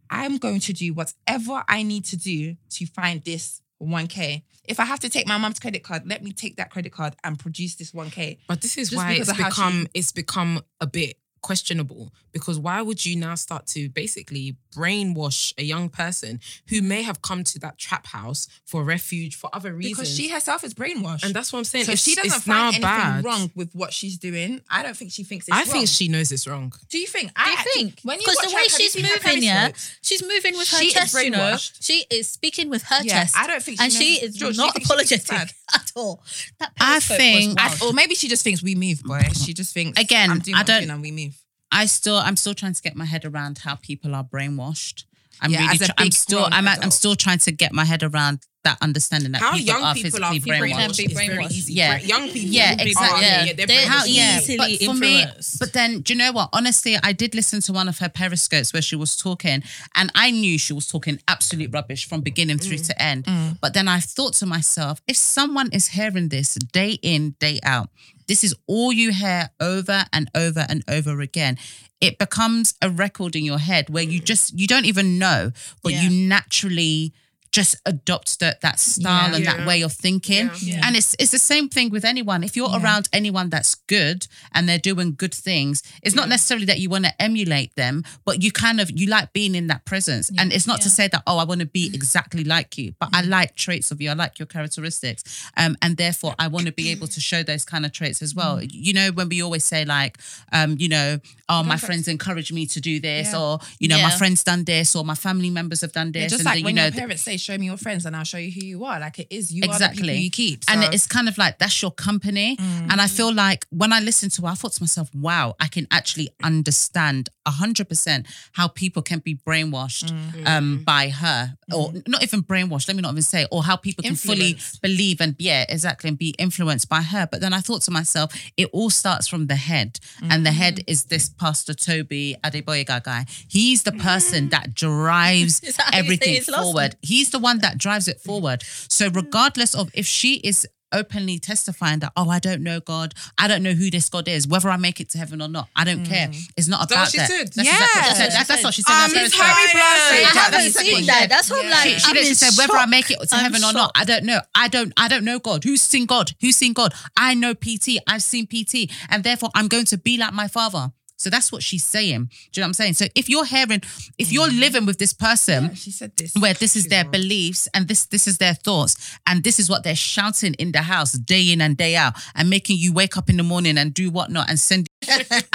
S2: I'm going to do whatever I need to do to find this 1k. If I have to take my mom's credit card, let me take that credit card and produce this 1k.
S3: But this is
S2: Just
S3: why
S2: because
S3: it's
S2: of how she-
S3: become it's become a bit questionable because why would you now start to basically brainwash a young person who may have come to that trap house for refuge for other reasons?
S2: Because she herself is brainwashed.
S3: and that's what I'm saying.
S2: so if
S3: it's,
S2: she doesn't
S3: it's now
S2: find anything
S3: bad.
S2: wrong with what she's doing, I don't think she thinks it's
S3: I
S2: wrong.
S3: think she knows it's wrong.
S2: Do you think? I
S4: you
S2: actually-
S4: think?
S2: When you
S4: 'Cause the
S2: watch
S4: way
S2: her- have you
S4: she's
S2: seen her
S4: moving,
S2: Paris
S4: yeah,
S2: walks?
S4: She's moving with her
S2: She is
S4: chest, you know.
S2: brainwashed.
S4: She is speaking with her
S2: Yeah,
S4: chest.
S2: I don't think she
S4: and she
S2: knows-
S4: is
S2: George, do you
S4: not
S2: think she thinks it's
S4: apologetic *laughs* at all. That
S1: I
S4: Periscope
S1: think-
S4: was
S2: I-
S4: wild.
S2: or maybe she just thinks we move, boy. She just thinks
S1: Again,
S2: I'm doing
S1: I
S2: what I'm
S1: don't-
S2: doing and we move.
S1: I still, I'm still trying to get my head around how people are brainwashed. I'm
S2: Yeah,
S1: really,
S2: as a
S1: tr- I'm
S2: big
S1: still,
S2: grown
S1: I'm, at, I'm
S2: adult.
S1: still trying to get my head around that understanding that
S3: How
S1: Oh, people
S3: young
S1: are
S3: people
S1: physically
S3: are brainwashed,
S1: brainwashed.
S4: be
S3: is very
S4: brainwashed.
S3: easy.
S1: Yeah.
S3: Right? Young people,
S1: Yeah,
S3: they
S1: exactly.
S3: Are, yeah,
S4: Yeah,
S3: they're
S4: they're-
S1: How,
S3: brainwashed.
S1: yeah,
S4: Easily
S1: but for me,
S4: influenced.
S1: but then do you know what? Honestly, I did listen to one of her periscopes where she was talking, and I knew she was talking absolute rubbish from beginning through
S3: Mm.
S1: to end. But then I thought to myself, if someone is hearing this day in, day out, this is all you hear over and over and over again. It becomes a record in your head where you just you don't even know, but
S4: Yeah.
S1: you naturally just adopt that, that style
S2: Yeah.
S1: and
S3: Yeah.
S1: that way of thinking.
S3: Yeah.
S4: Yeah.
S1: And it's it's the same thing with anyone. If you're around anyone that's good and they're doing good things, it's not necessarily that you want to emulate them, but you kind of you like being in that presence. And it's not to
S4: Yeah.
S1: say that oh, I want to be
S2: Mm-hmm.
S1: exactly like you, but I like traits of you. I like your characteristics, um, and therefore I want to be able to show those kind of traits as well.
S2: Mm-hmm.
S1: You know, when we always say like, um, you know, oh, my friends encourage me to do this,
S2: Yeah.
S1: or you know, my
S4: Yeah.
S1: friends done this, or my family members have done this,
S2: Yeah, just
S1: and
S2: like
S1: then,
S2: when
S1: you know,
S2: your parents say, "Show me your friends, and I'll show you who you are." Like it is you are the
S1: Exactly.
S2: people you keep.
S1: and
S2: so- Mm.
S1: it's kind of like that's your company and i feel like when i listened to her i thought to myself wow i can actually understand 100% how people can be brainwashed
S2: Mm.
S1: um, by her or not even brainwashed let me not even say or how people can fully
S2: Mm-hmm. Influenced.
S1: believe and yeah exactly and be influenced by her but then i thought to myself it all starts from the head and the head
S2: Mm-hmm.
S1: is this pastor toby adeboyega guy he's the person
S2: Mm-hmm.
S1: that drives
S4: Is that how you say
S1: everything
S4: his last name?
S1: forward He's the one that drives it forward. So, regardless of if she is openly testifying that, oh, I don't know God, I don't know who this God is, whether I make it to heaven or not, I don't care. It's not
S3: that what
S1: about
S3: she
S1: that.
S3: said?
S1: That's
S2: Yeah.
S1: exactly what she said. That's, that's what she said. in her
S2: Um, it's
S1: periscope.
S2: Harry Blasey.
S4: I
S1: Yeah,
S2: That
S4: haven't
S1: that's
S2: basically-
S4: seen that. That's what I'm
S2: Yeah.
S4: like.
S1: She, she
S4: I'm
S1: literally
S4: in
S1: said, whether I
S4: shock.
S1: make it to
S4: I'm
S1: heaven or not, I don't know. I don't, I don't know God. Who's seen God? Who's seen God? I know PT. I've seen PT, and therefore I'm going to be like my father. So that's what she's saying. Do you know what I'm saying? So if you're hearing, if you're living with this person,
S2: she said this.
S1: where this is their beliefs and this this is their thoughts and this is what they're shouting in the house day in and day out and making you wake up in the morning and do whatnot and send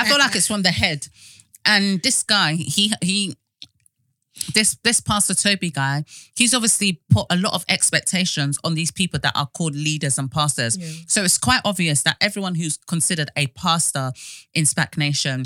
S1: I feel like it's from the head. And this guy, he he this this Pastor Toby guy, he's obviously put a lot of expectations on these people that are called leaders and pastors. So it's quite obvious that everyone who's considered a pastor in SPAC Nation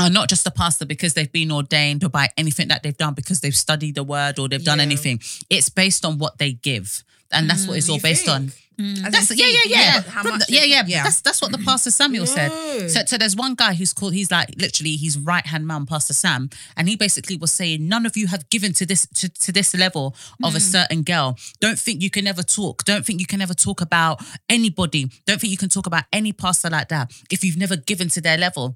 S1: are not just a pastor because they've been ordained or by anything that they've done because they've studied the word or they've done
S3: Yeah.
S1: anything. It's based on what they give. And that's what it's all
S2: Mm, you
S1: based
S2: think?
S1: on.
S2: As in
S1: That's yeah, yeah,
S2: feet,
S1: yeah.
S2: but How
S1: From
S2: much
S1: the- yeah,
S2: they-
S1: yeah, That's that's what the Pastor Samuel
S3: No.
S1: said. So, so there's one guy who's called. He's like literally his right hand man, Pastor Sam, and he basically was saying, "None of you have given to this to, to this level of a certain girl. Don't think you can ever talk. Don't think you can ever talk about anybody. Don't think you can talk about any pastor like that if you've never given to their level."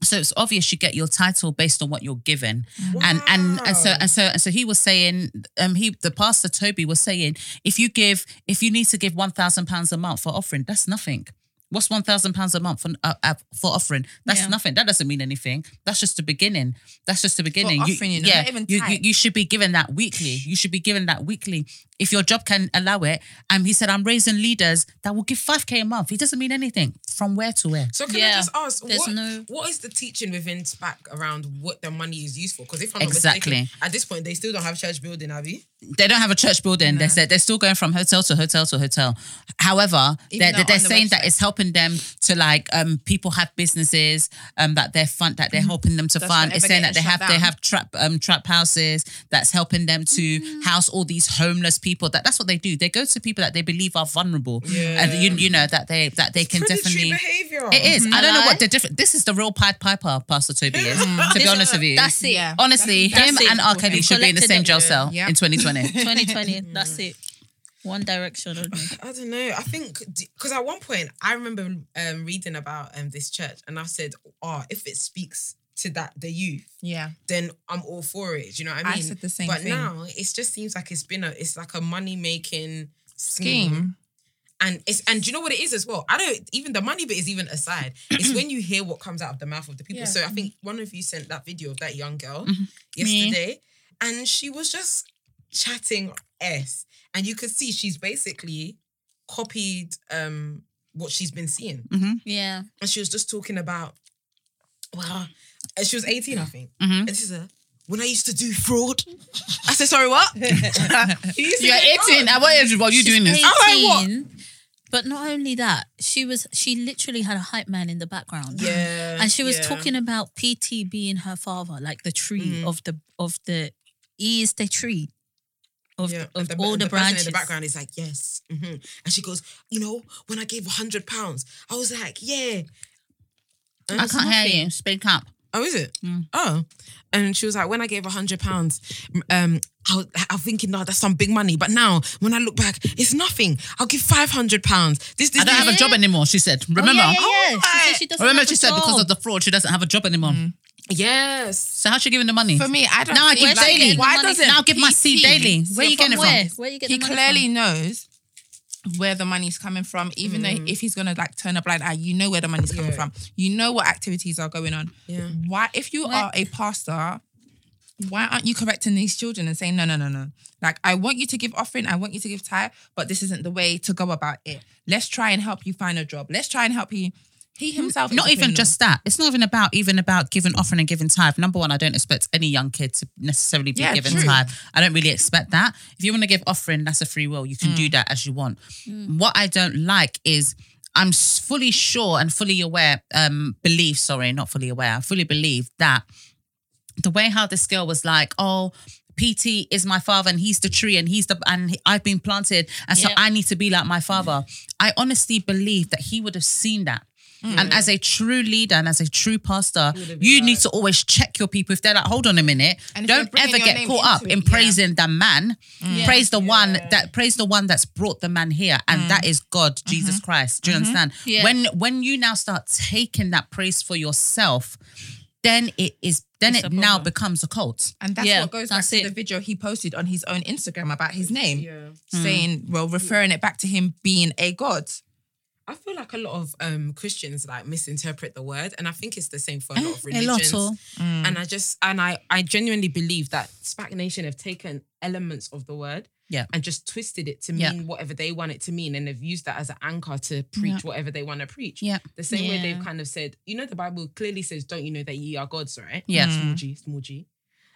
S1: So it's obvious you get your title based on what you're given, and and and so and so and so he was saying, um, he the pastor Toby was saying, if you give, if you need to give one thousand pounds a month for offering, that's nothing. What's one thousand pounds a month for uh, uh, for offering? That's
S4: Yeah.
S1: nothing. That doesn't mean anything. That's just the beginning. That's just the beginning.
S2: offering, you know,
S1: yeah,
S2: not even
S1: you, you,
S2: tight.
S1: you should be given that weekly. You should be given that weekly if your job can allow it. And he said, I'm raising leaders that will give five k a month. It doesn't mean anything. From where to where?
S3: So can I
S4: Yeah.
S3: just ask,
S4: There's
S3: what,
S4: no-
S3: what is the teaching within SPAC around what the money is used for? Because if I'm
S1: Exactly.
S3: not mistaken, at this point they still don't have church building, have you?
S1: they don't have a church building. They're, sa- they're still going from hotel to hotel to hotel. However,
S2: Even
S1: they're,
S2: though
S1: they're,
S2: on the
S1: saying that
S2: website.
S1: it's helping them to like um, people have businesses um, that they're fund that they're helping them to
S2: Mm-hmm. That's
S1: fund.
S2: whatever
S1: It's saying that
S2: getting
S1: they have
S2: shut
S1: they
S2: down.
S1: have trap um, trap houses that's helping them to
S2: Mm-hmm.
S1: house all these homeless people. That that's what they do. They go to people that they believe are vulnerable, and you, you know that they that they can definitely.
S3: behavior.
S1: It is. I don't know
S4: Lie.
S2: Mm-hmm.
S1: what the different. This is the real Pied Piper, Pastor Toby is. to be
S4: This-
S1: honest with you,
S4: That's it. *laughs*
S2: Yeah.
S1: honestly
S4: That's
S1: him
S4: it.
S1: and R. Kelly
S4: And
S1: should be in the same
S4: collected
S1: jail
S4: them.
S1: cell
S2: *laughs* Yeah.
S1: in 2020. *laughs*
S4: 2020.
S1: Mm.
S4: That's it. One direction on me.
S3: I don't know. I think because at one point I remember um, reading about um, this church, and I said, "Oh, if it speaks to that the youth,
S2: Yeah.
S3: then I'm all for it." Do you know what I
S2: I
S3: mean?
S2: said the same
S3: but
S2: thing.
S1: mm.
S3: now it just seems like it's been a it's like a money making scheme,
S2: Scheme.
S3: And it's and do you know what it is as well? I don't even the money bit is even aside. It's when you hear what comes out of the mouth of the people.
S2: Yeah. Mm-hmm.
S3: So I think one of you sent that video of that young girl
S1: Mhm.
S3: yesterday, and she was just chatting s, and you could see she's basically copied um what she's been seeing,
S4: Yeah.
S3: and she was just talking about well, and she was eighteen, I think,
S1: Mhm.
S4: Mm-hmm.
S3: and she's a. When I used to do fraud, I said, "Sorry, what? *laughs* You used to
S1: You're
S3: do fraud.
S1: 18. At what age were you doing this? Oh,
S3: All right, what?
S4: 18, But not only that, she was she literally had a hype man in the background.
S3: Yeah,
S4: And she was
S3: yeah.
S4: talking about PT being her father, like the tree
S1: Mm.
S4: of the of the he is the tree of
S3: Yeah,
S4: of
S3: and
S4: all the,
S3: and person
S4: branches.
S3: in the background is like, yes. hmm And she goes, you know, when I gave hundred pounds, I was like, yeah.
S1: I can't hear you. Speak up.
S3: Oh, is it? Oh, and she was like, when I gave hundred pounds, um, I was, I was thinking, no, that's some big money. But now, when I look back, it's nothing. I'll give five hundred pounds. This, this,
S1: I don't
S3: this-
S1: have a job anymore, she said.
S4: Oh,
S1: Remember?
S4: yeah, yeah, yeah. She said she doesn't
S1: Remember
S4: have
S1: she
S4: a
S1: said because
S4: soul.
S1: of the fraud, she doesn't have a job anymore.
S3: Yes.
S1: So how's she giving the money?
S2: For me, I don't.
S1: Now I
S2: think
S1: give
S2: like-
S1: daily.
S2: Why
S4: money-
S2: doesn't
S1: now I give my seed
S2: PT
S1: daily. Where are you getting it
S4: where?
S1: from?
S4: Where you get
S2: He
S4: the money
S2: clearly knows where the money's coming from, even
S1: Mm.
S2: though if he's gonna like turn a blind eye, you know where the money's coming
S3: Yeah.
S2: from. You know what activities are going on.
S3: Yeah.
S2: Why, if you
S4: What?
S2: are a pastor, why aren't you correcting these children and saying no, no, no, no? Like I want you to give offering, I want you to give tithe, but this isn't the way to go about it. Let's try and help you find a job. Let's try and help you. He himself, is
S1: not
S2: a
S1: even
S2: criminal.
S1: just that. It's not even about even about giving offering and giving tithe. Number one, I don't expect any young kid to necessarily be
S2: Yeah,
S1: given
S2: true.
S1: tithe. I don't really expect that. If you want to give offering, that's a free will. You can do that as you want.
S4: Mm.
S1: What I don't like is I'm s- fully sure and fully aware, um, believe, sorry, not fully aware. I fully believe that the way how this girl was like, oh, PT is my father and he's the tree and he's the and he- I've been planted and so
S4: Yeah.
S1: I need to be like my father. I honestly believe that he would have seen that.
S2: Hmm.
S1: And as a true leader and as a true pastor,
S3: have been
S1: you
S3: like-
S1: need to always check your people. If they're like, hold on a minute,
S2: And if
S1: don't
S2: they're bringing
S1: ever
S2: your
S1: get
S2: name
S1: caught up
S2: into
S1: in
S2: it, yeah. Hmm.
S1: praising the man.
S4: Yeah.
S1: Praise the one that praise the one that's brought the man here, and
S2: Hmm.
S1: that is God,
S2: Mm-hmm.
S1: Jesus Christ. Do you understand?
S4: Yeah.
S1: When when you now start taking that praise for yourself, then it is then
S4: It's
S1: it
S4: a
S1: now
S4: problem.
S1: becomes a cult.
S2: And that's
S4: Yeah,
S2: what goes back
S4: that's
S2: to
S4: it.
S2: the video he posted on his own Instagram about his name,
S3: Yeah.
S1: Hmm.
S2: saying, well, referring it back to him being a god.
S3: I feel like a lot of um, Christians like misinterpret the word, and I think it's the same for a lot
S1: *laughs* Eh,
S3: of
S4: A lot
S3: religions.
S1: oh. Mm.
S3: And I just and I I genuinely believe that Spac Nation have taken elements of the word,
S1: Yeah.
S3: and just twisted it to mean
S1: Yeah.
S3: whatever they want it to mean, and they've used that as an anchor to preach
S1: Yeah.
S3: whatever they want to preach.
S1: Yeah.
S3: The same way
S4: Yeah.
S3: they've kind of said, you know, the Bible clearly says, "Don't you know that ye are gods?" Right?
S1: Yeah. Mm.
S3: Small g, small g.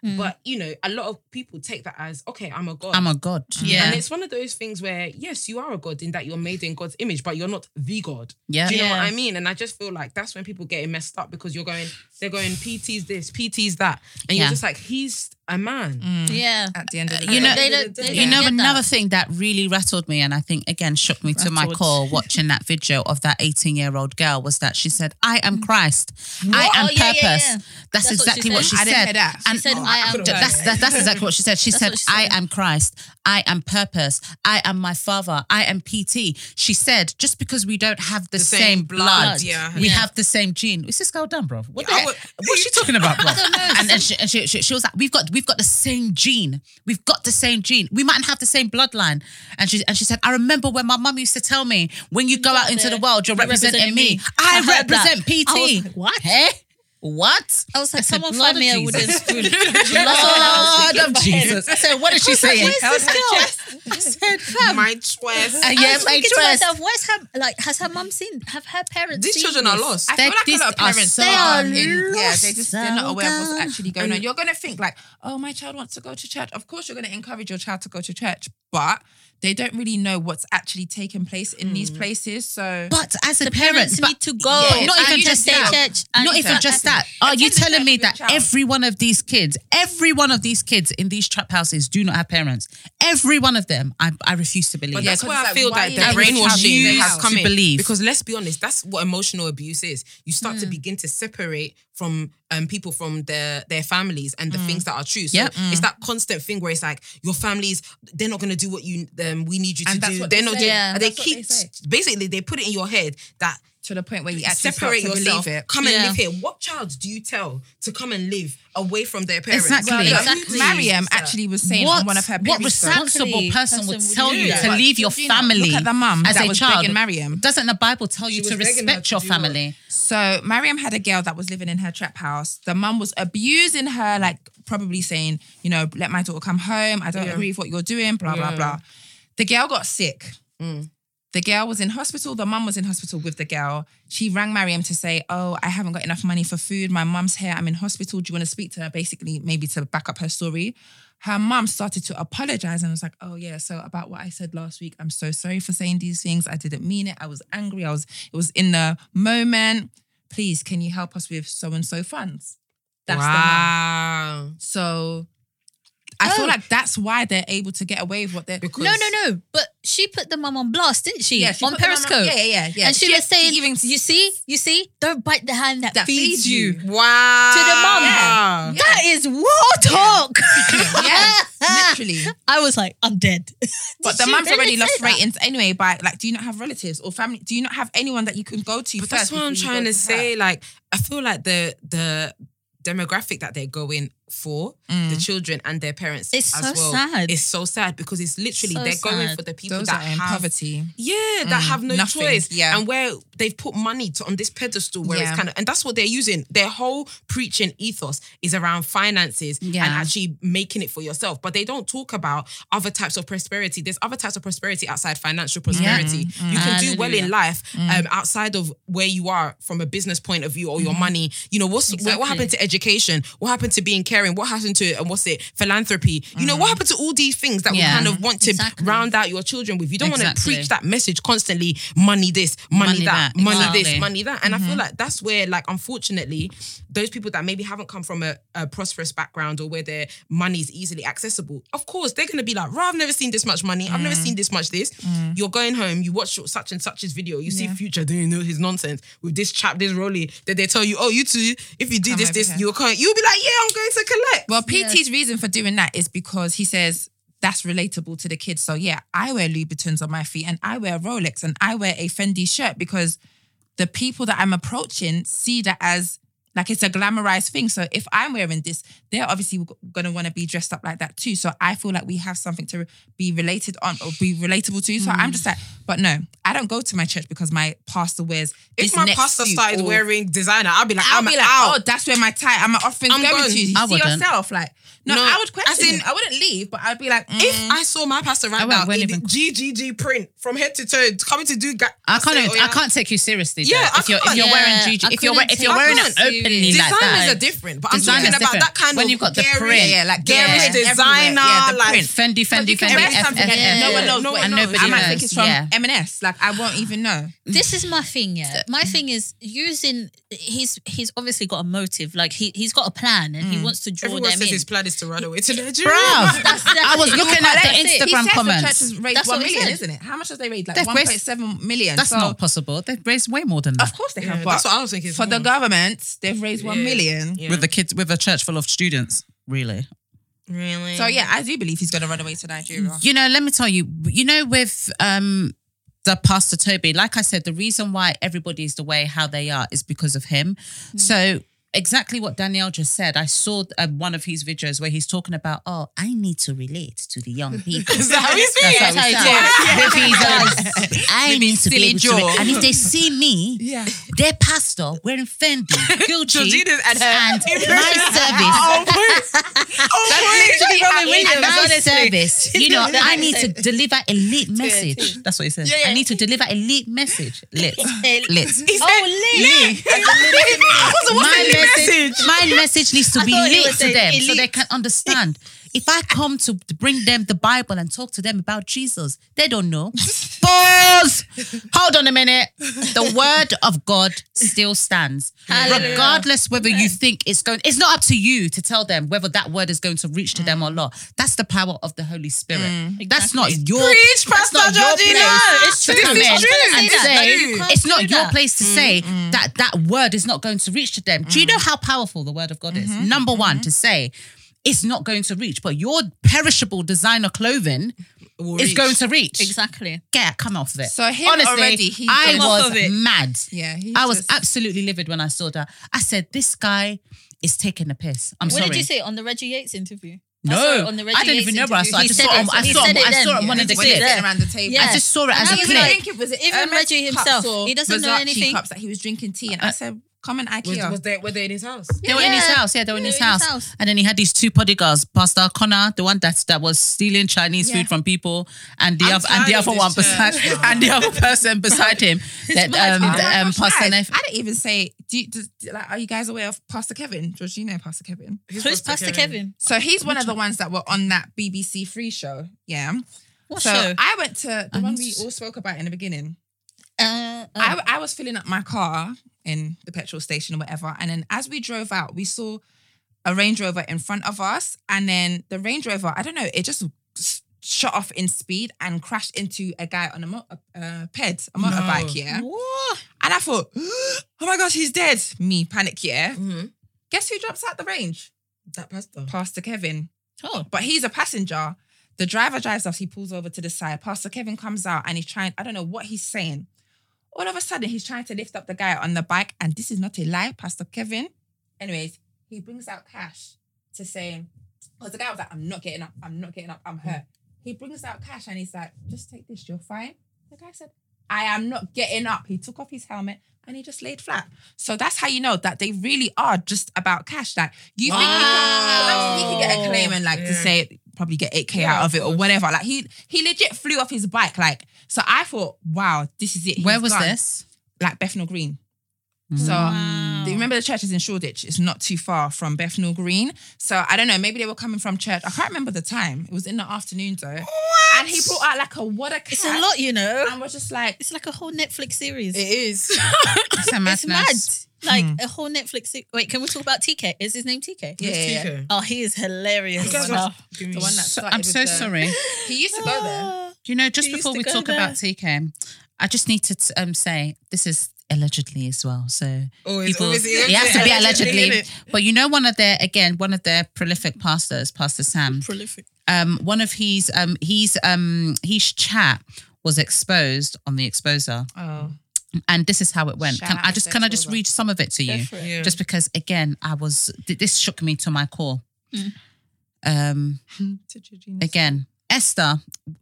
S4: Mm.
S3: But you know, a lot of people take that as, "Okay, I'm a god."
S1: I'm a god.
S4: Yeah.
S3: And it's one of those things where, yes, you are a god in that you're made in God's image, but you're not the god.
S1: Yeah.
S3: Do you know
S4: Yeah.
S3: what I mean? And I just feel like that's when people get messed up because you're going, they're going, PT's this, PT's that. And
S1: Yeah.
S3: you're just like, he's a man.
S4: Yeah.
S2: At the end of the day.
S1: Mm. Uh, You know,
S4: They don't- they
S1: You
S4: don't
S1: know,
S4: get that.
S1: another thing that really rattled me, and I think again shook me to my
S4: Rattled.
S1: core watching that video of that 18 year old girl was that she said, I am Christ. I
S4: Mm. What?
S1: am
S4: Oh, yeah, yeah,
S1: purpose.
S4: yeah.
S1: That's,
S4: That's what she
S1: exactly what
S4: said.
S1: she
S2: I
S1: said.
S2: didn't hear that. She
S1: And Oh,
S4: said, I am
S3: could've
S1: Th-
S3: done
S1: that's,
S3: it.
S1: that, that's exactly what she said. She
S4: That's
S1: said,
S4: what she
S1: I
S4: said.
S1: am Christ. I am purpose. I am my father. I am PT. She said, just because we don't have the, same, blood,
S3: yeah.
S1: we
S4: Yeah.
S1: have the same gene. Is this girl dumb, bro? What,
S3: Yeah, I
S1: the
S3: would-
S1: heck? What's she talking about, bro? And, and, she, and she, she, she was like, we've got we've got the same gene. We've got the same gene. We mightn't have the same bloodline. And she and she said, I remember when my mum used to tell me, when you go out into the world, you're
S4: You're
S1: representing,
S4: representing
S1: me.
S4: me. *laughs*
S1: I,
S4: I heard that.
S1: represent PT.
S4: I was like, what?
S1: Eh? What?
S4: I was like,
S1: said,
S4: someone
S1: "Blood
S4: find
S1: of
S4: me a
S1: Jesus."
S4: wooden spoon.
S1: Blood of Jesus. I said, what is she saying?
S3: Held her chest.
S1: I said, fam.
S3: My *laughs* twist.
S1: And
S4: I
S1: yeah,
S4: was
S1: my
S4: thinking to
S1: dress.
S4: myself, where's her like has her mum seen have her parents
S3: These
S4: seen
S3: children
S4: this?
S3: are lost.
S2: I feel
S1: That
S2: like a
S1: these
S2: lot of
S1: are
S2: parents
S1: so
S2: are
S1: They are
S2: yeah, they
S1: lost,
S2: just they're not aware of
S1: so
S2: what's
S1: gone.
S2: actually going on. You're gonna think like, oh, my child wants to go to church. Of course, you're gonna encourage your child to go to church, but they don't really know what's actually taking place in these places. So
S1: Hmm. But as a
S4: The
S1: parent,
S4: parents
S1: but
S4: need to go.
S1: Yeah, not
S4: And
S1: even
S4: you
S1: just
S4: stay
S1: that.
S4: church. and-
S1: not even
S2: Attend-
S1: just that. Are you
S2: attend the
S1: telling
S2: church
S1: me
S2: with your
S1: that
S2: child.
S1: every one of these kids, every one of these kids in these trap houses do not have parents? Every one of them, I, I refuse to believe.
S3: But
S2: Yeah,
S3: that's
S2: 'cause
S3: where
S2: it's
S3: I
S2: like,
S3: feel
S2: why
S3: like
S2: is
S3: the
S2: every
S3: brainwashing
S2: child
S3: has
S2: used
S3: come
S1: to
S3: in.
S1: believe?
S3: Because let's be honest, that's what emotional abuse is. You start to begin to separate from um, people from their their families and the things that are true. So
S1: Yeah.
S3: it's that constant thing where it's like your families they're not going to do what you um, we need you to
S2: And that's
S3: do.
S2: what
S3: They're
S2: they
S3: not.
S2: say.
S3: doing-
S4: Yeah,
S3: they
S2: that's what they
S3: keep
S2: say.
S3: basically they put it in your head that
S2: to the point where you actually start
S3: separate
S2: to
S3: yourself.
S2: believe it.
S3: Come and
S4: Yeah.
S3: live here. What child do you tell to come and live away from their parents?
S1: Exactly. Well,
S3: Like,
S1: exactly.
S3: who
S2: Mariam
S3: believes that?
S2: actually was saying on one of her
S1: what
S2: baby
S1: research sensible
S4: Exactly.
S1: person would
S4: Person
S1: tell
S4: would
S1: you
S3: do
S1: to
S3: that.
S1: leave your
S2: Georgina,
S1: family.
S2: Look at the mum
S1: as
S2: that
S1: a
S2: was
S1: child.
S2: begging Mariam.
S1: Doesn't the Bible tell you
S3: She
S1: to
S3: was begging her
S1: respect
S3: to
S1: your
S3: do what?
S1: family?
S2: So Mariam had a girl that was living in her trap house. The mum was abusing her, like probably saying, you know, let my daughter come home. I don't
S3: Yeah.
S2: agree with what you're doing, blah, blah,
S3: Yeah.
S2: blah. The girl got sick.
S3: Mm.
S2: The girl was in hospital. The mum was in hospital with the girl. She rang Mariam to say, Oh, I haven't got enough money for food. My mum's here. I'm in hospital. Do you want to speak to her? Basically, maybe to back up her story. Her mum started to apologize and was like, Oh, yeah. So, about what I said last week, I'm so sorry for saying these things. I didn't mean it. I was angry. I was, it was in the moment. Please, can you help us with so and so funds? That's the mum.
S3: wow.
S2: So, I
S4: Oh.
S2: feel like that's why they're able to get away with what they're.
S3: Because-
S4: No, no, no. But she put the mum on blast, didn't she?
S2: Yeah, she
S4: on
S2: put the mum on-
S4: Periscope.
S2: yeah, yeah, yeah, yeah.
S4: And she, was
S2: had-
S4: saying,
S2: even
S4: "You see, you see, don't bite the hand that,
S2: That
S4: feeds
S2: feeds
S4: you."
S2: you.
S3: Wow.
S4: To the mum.
S3: Yeah.
S4: That is war talk.
S2: yeah,
S4: *laughs*
S2: literally.
S4: I was like, I'm dead. *laughs*
S2: But
S4: Did
S2: the
S4: she
S2: mum's
S4: really
S2: already
S4: say
S2: lost
S4: that?
S2: ratings anyway. By like, do you not have relatives or family? Do you not have anyone that you can go to?
S3: But that's
S2: first
S3: what I'm
S2: before you
S3: trying
S2: go
S3: to
S2: her?
S3: say. Like, I feel like the the demographic that they're going for,
S2: Mm.
S3: the children and their parents,
S4: It's
S3: as
S4: so
S3: well,
S4: sad.
S3: It's so sad because it's literally
S4: So
S3: they're going
S4: sad.
S3: for the people
S2: Those
S3: that
S2: are in
S3: have
S2: poverty.
S3: Yeah, that
S2: Mm,
S3: have no
S2: nothing,
S3: choice.
S2: yeah.
S3: And where they've put money to, on this pedestal where
S2: Yeah.
S3: it's kind of, and that's what they're using. Their whole preaching ethos is around finances
S1: Yeah.
S3: and actually making it for yourself. But they don't talk about other types of prosperity. There's other types of prosperity outside financial prosperity. You can do well in
S4: Hallelujah.
S3: life um, outside of where you are from a business point of view or your money. You know, what's what, what
S4: Exactly.
S3: happened to education? What happened to being caring? What happened to, and what's it, philanthropy? You know, what happened to all these things that
S1: Yeah.
S3: we kind of want to
S4: Exactly.
S3: round out your children with? You don't want to
S1: Exactly.
S3: preach that that message constantly money this money,
S1: Money
S3: that,
S1: that,
S3: money
S1: exactly.
S3: this money that and i
S2: Mm-hmm.
S3: feel like that's where like unfortunately those people that maybe haven't come from a, a prosperous background or where their money is easily accessible of course they're going to be like "Rah, i've never seen this much money i've never
S2: Mm.
S3: seen this much this you're going home you watch such and such's video you see future doing all his nonsense with this chap this rolly that they tell you oh you two if you do
S2: Come
S3: this
S2: over
S3: this
S2: here.
S3: you'll come you'll be like yeah i'm going to collect
S2: Well, PT's reason for doing that is because he says that's relatable to the kids. So yeah, I wear Louboutins on my feet, and I wear Rolex, and I wear a Fendi shirt because the people that I'm approaching see that as like it's a glamorized thing. So if I'm wearing this, they're obviously going to want to be dressed up like that too. So I feel like we have something to be related on or be relatable to. So
S3: Mm.
S2: I'm just like, but no, I don't go to my church because my pastor wears.
S3: if
S2: this
S3: my
S2: neck
S3: pastor
S2: suit
S3: started
S2: or-
S3: wearing designer i'll be like
S2: I'll
S3: i'm
S2: be like,
S3: out
S2: oh, that's where my tie and my offering's
S3: I'm
S2: going
S3: gone.
S2: to. You
S1: I
S2: see
S1: wouldn't.
S2: yourself, like, no,
S3: No,
S2: I would
S3: as
S2: question.
S3: in-
S2: him. I wouldn't leave, but I'd be like, mm.
S3: If I saw my pastor right
S1: Mm-hmm. I
S3: now
S1: won't- won't
S3: in
S1: even-
S3: GGG print from head to toe, coming to do, ga-
S1: I can't.
S3: say, oh, yeah.
S1: I can't take you seriously. though,
S3: Yeah, I
S1: if you're if
S3: can't.
S1: you're wearing
S4: Yeah,
S1: Gigi,
S4: I
S1: if you're we- if
S4: couldn't
S1: you're
S4: take
S1: wearing
S4: you
S1: it
S4: seriously.
S1: openly like
S3: Designers
S1: that,
S3: are different, but I'm
S1: Designers
S3: talking about
S1: different.
S3: that kind
S1: When
S3: of
S1: you've got the
S3: garish-
S1: print. Yeah,
S2: like
S3: garish
S2: garish
S3: designer,
S2: everywhere. Yeah, the
S3: like
S2: print.
S1: Fendi, Fendi,
S2: you can
S1: Fendi,
S2: wear
S1: F, F,
S2: something that no one
S1: F,
S2: knows
S1: F,
S2: what
S1: and
S2: it is.
S1: nobody
S2: I might think
S1: knows.
S2: it's from
S1: Yeah.
S2: M&S. Like, I won't even know.
S4: this is my thing, yeah. My thing is using. He's he's obviously got a motive. Like he he's got a plan, and he wants to draw
S3: Everyone
S4: them
S3: says
S4: in. *laughs*
S3: his plan is to run away to Nigeria.
S1: Bruv,
S4: That's- that's
S1: I was
S4: it.
S1: looking at the
S4: That's it. He said
S1: Instagram
S2: The
S1: comments.
S2: church has raised
S4: That's
S2: one
S4: what he
S2: million,
S4: said.
S2: isn't it? How much have they raised? Like
S1: They've raised-
S2: 1.7 million.
S1: That's
S2: So,
S1: not possible. They've raised way more than that.
S2: Of course they
S3: Yeah,
S2: have,
S3: that's
S2: but
S3: what I was thinking.
S2: for the government, they've raised 1
S3: Yeah.
S2: million.
S3: Yeah.
S1: With the kids, with a church full of students, really.
S3: really,
S2: So, yeah, I do believe he's going to run away to Nigeria.
S1: You know, let me tell you, you know, with um the Pastor Toby, like I said, the reason why everybody is the way how they are is because of him. So exactly what Danielle just said, I saw uh, one of his videos where he's talking about, oh, I need to relate to the young people.
S3: Is that how he
S1: That's
S3: speaks?
S1: how he
S4: Yeah.
S1: talks. If he does, I need to
S2: silly
S1: be able to
S2: jaw.
S1: relate. And if they see me,
S2: Yeah.
S1: their pastor wearing Fendi, Gucci,
S3: Georgina's at her-
S1: and my service
S3: Oh, boy. Oh, boy.
S1: literally
S3: Robin
S1: how it
S3: Williams,
S1: is. My
S3: honestly.
S1: service. You know,
S4: That's
S1: I
S4: *laughs*
S1: need to
S4: it.
S1: deliver a lit message. That's what he says.
S3: Yeah, yeah.
S1: I need to deliver a lit message. Lit.
S4: Lit.
S1: Lit.
S4: *laughs* Oh, lit.
S3: I
S1: My
S3: was like, what's the message?
S1: message, my message needs to
S4: I
S1: be
S4: thought he
S1: lit
S4: was
S1: to
S4: saying
S1: them so they
S4: elite.
S1: can understand. If I come to bring them the Bible and talk to them about Jesus, they don't
S4: *laughs*
S1: know. Pause. Hold on a minute. The word of God still stands.
S4: Hallelujah.
S1: Regardless whether you think it's going, it's not up to you to tell them whether that word is going to reach to
S4: Mm.
S1: them or not. That's the power of the Holy Spirit. That's not your
S3: Preach,
S1: that's
S3: Pastor
S1: not your
S3: Georgina.
S1: place
S4: It's
S1: to
S4: true.
S1: come
S3: This
S1: in
S3: is true.
S1: and
S3: It's
S1: say,
S3: true. You
S4: can't
S1: It's not
S4: do
S1: your
S4: that.
S1: place to say that that word is not going to reach to them. Do you know how powerful the word of God is? Number one, to say it's not going to reach, but your perishable designer clothing is going to reach.
S4: Exactly.
S1: Get come off of it.
S2: So him
S1: Honestly,
S2: already, he's
S1: I
S2: going-
S1: was
S4: Off of it.
S1: mad.
S2: Yeah, he's
S1: I was
S2: just-
S1: absolutely livid when I saw that. I said, "This guy is taking a piss." I'm
S4: What
S1: sorry.
S4: did you say on the Reggie Yates interview? I saw it
S1: No,
S4: on the Reggie
S1: I didn't
S4: Yates
S1: even know, but I
S4: interview.
S1: saw, I
S4: He
S1: just
S4: said
S1: saw,
S4: it,
S1: it, I
S4: he
S1: saw,
S4: said
S1: it,
S4: it
S1: I saw
S4: then,
S1: it on one
S4: yeah.
S1: of the
S4: When he
S1: clips.
S4: said
S2: around the table.
S4: Yeah.
S1: I just saw it
S4: And
S1: as
S4: I
S1: a
S4: was
S1: clip.
S4: like,
S2: it was
S4: even
S2: um,
S4: Reggie
S2: cups
S4: himself,
S2: or
S4: he doesn't know
S2: Versace
S4: anything.
S2: Cups that he was drinking tea, and I said, "Come in
S3: Was,
S2: IKEA."
S3: was they, were they in his house?
S1: They were in his
S4: Yeah.
S1: house. Yeah, they were in
S4: They
S1: his
S4: were in his
S1: house.
S4: house.
S1: And then he had these two bodyguards, Pastor Connor, the one that, that was stealing Chinese
S2: Yeah.
S1: food from people, and the
S2: I'm
S1: other and
S2: tired
S1: the
S2: of
S1: other
S2: this
S1: one
S2: church.
S1: beside *laughs* and the other person beside him.
S4: *laughs*
S1: that
S2: Like,
S1: um,
S2: oh my
S1: the, um
S2: gosh,
S1: Pastor
S2: guys,
S1: Nef-
S2: I didn't even say. Do you, does, like, are you guys aware of Pastor Kevin? Georgina, Pastor Kevin.
S4: Who's Pastor Kevin?
S2: So he's one of the ones that were on that BBC Free show. Yeah.
S4: What
S2: so
S4: show?
S2: I went to the
S1: I'm
S2: one
S1: not
S2: we
S1: s-
S2: all spoke about in the beginning.
S4: Uh, oh.
S2: I, I was filling up my car in the petrol station or whatever. And then as we drove out, we saw a Range Rover in front of us. And then the Range Rover, I don't know, it just s- shot off in speed and crashed into a guy on a mo- uh, ped, a motorbike. Yeah.
S4: What?
S2: And I thought, *gasps* oh my gosh, he's dead. Me, panic. Yeah.
S3: Mm-hmm.
S2: Guess who drops out the range?
S3: That pastor.
S2: Pastor Kevin.
S4: Oh.
S2: But he's a passenger. The driver drives off, he pulls over to the side. Pastor Kevin comes out and he's trying, I don't know what he's saying. All of a sudden, he's trying to lift up the guy on the bike, and this is not a lie, Pastor Kevin. Anyways, he brings out cash to say, because the guy was like, I'm not getting up, I'm not getting up, I'm hurt. He brings out cash and he's like, just take this, you're fine. The guy said, I am not getting up. He took off his helmet and he just laid flat. So that's how you know that they really are just about cash. Like you think you can, you can get a claim and like to
S3: Yeah.
S2: say probably get 8k out of it or whatever. Like he he legit flew off his bike. Like so I thought, wow, this is it. He's
S1: Where was
S2: done.
S1: this?
S2: Like Bethnal Green. So
S4: Wow.
S2: do you remember the church is in Shoreditch. It's not too far from Bethnal Green. So I don't know. Maybe they were coming from church. I can't remember the time. It was in the afternoon though. And he brought out like a water cat.
S4: It's a lot, you know.
S2: And was just like,
S4: It's like a whole Netflix series.
S3: It is.
S1: It's a
S4: *laughs*
S1: madness.
S4: It's
S1: Hmm.
S4: mad. Like a whole Netflix. se- Wait, can we talk about TK? Is his name TK?
S2: yeah. yeah, yeah.
S4: Oh, he is hilarious.
S3: You guys
S4: Wow.
S3: are-
S2: The one that
S1: So-
S2: started
S1: I'm
S2: with
S1: so
S2: the-
S1: sorry.
S2: He used to go
S1: *gasps*
S2: there.
S4: Ah.
S1: Do you know, just
S4: He used
S1: before
S4: to
S1: we
S4: go
S1: talk about TK, I just need to t- um, say this is allegedly as well. So
S3: Always,
S1: people,
S3: always is,
S1: it has to be allegedly.
S3: innit?
S1: But you know, one of their again, one of their prolific pastors, Pastor Sam,
S4: Prolific.
S1: um, one of his um, his um, his chat was exposed on the exposer,
S2: Oh.
S1: and this is how it went.
S2: Shout
S1: Can
S2: out
S1: I
S2: to
S1: just
S2: the
S1: can I just
S2: Exposer.
S1: read some of it to you?
S4: Different.
S3: Yeah.
S1: Just because, again, I was th- this shook me to my core.
S2: Mm.
S1: Um,
S2: To Georgina's.
S1: again, Esther.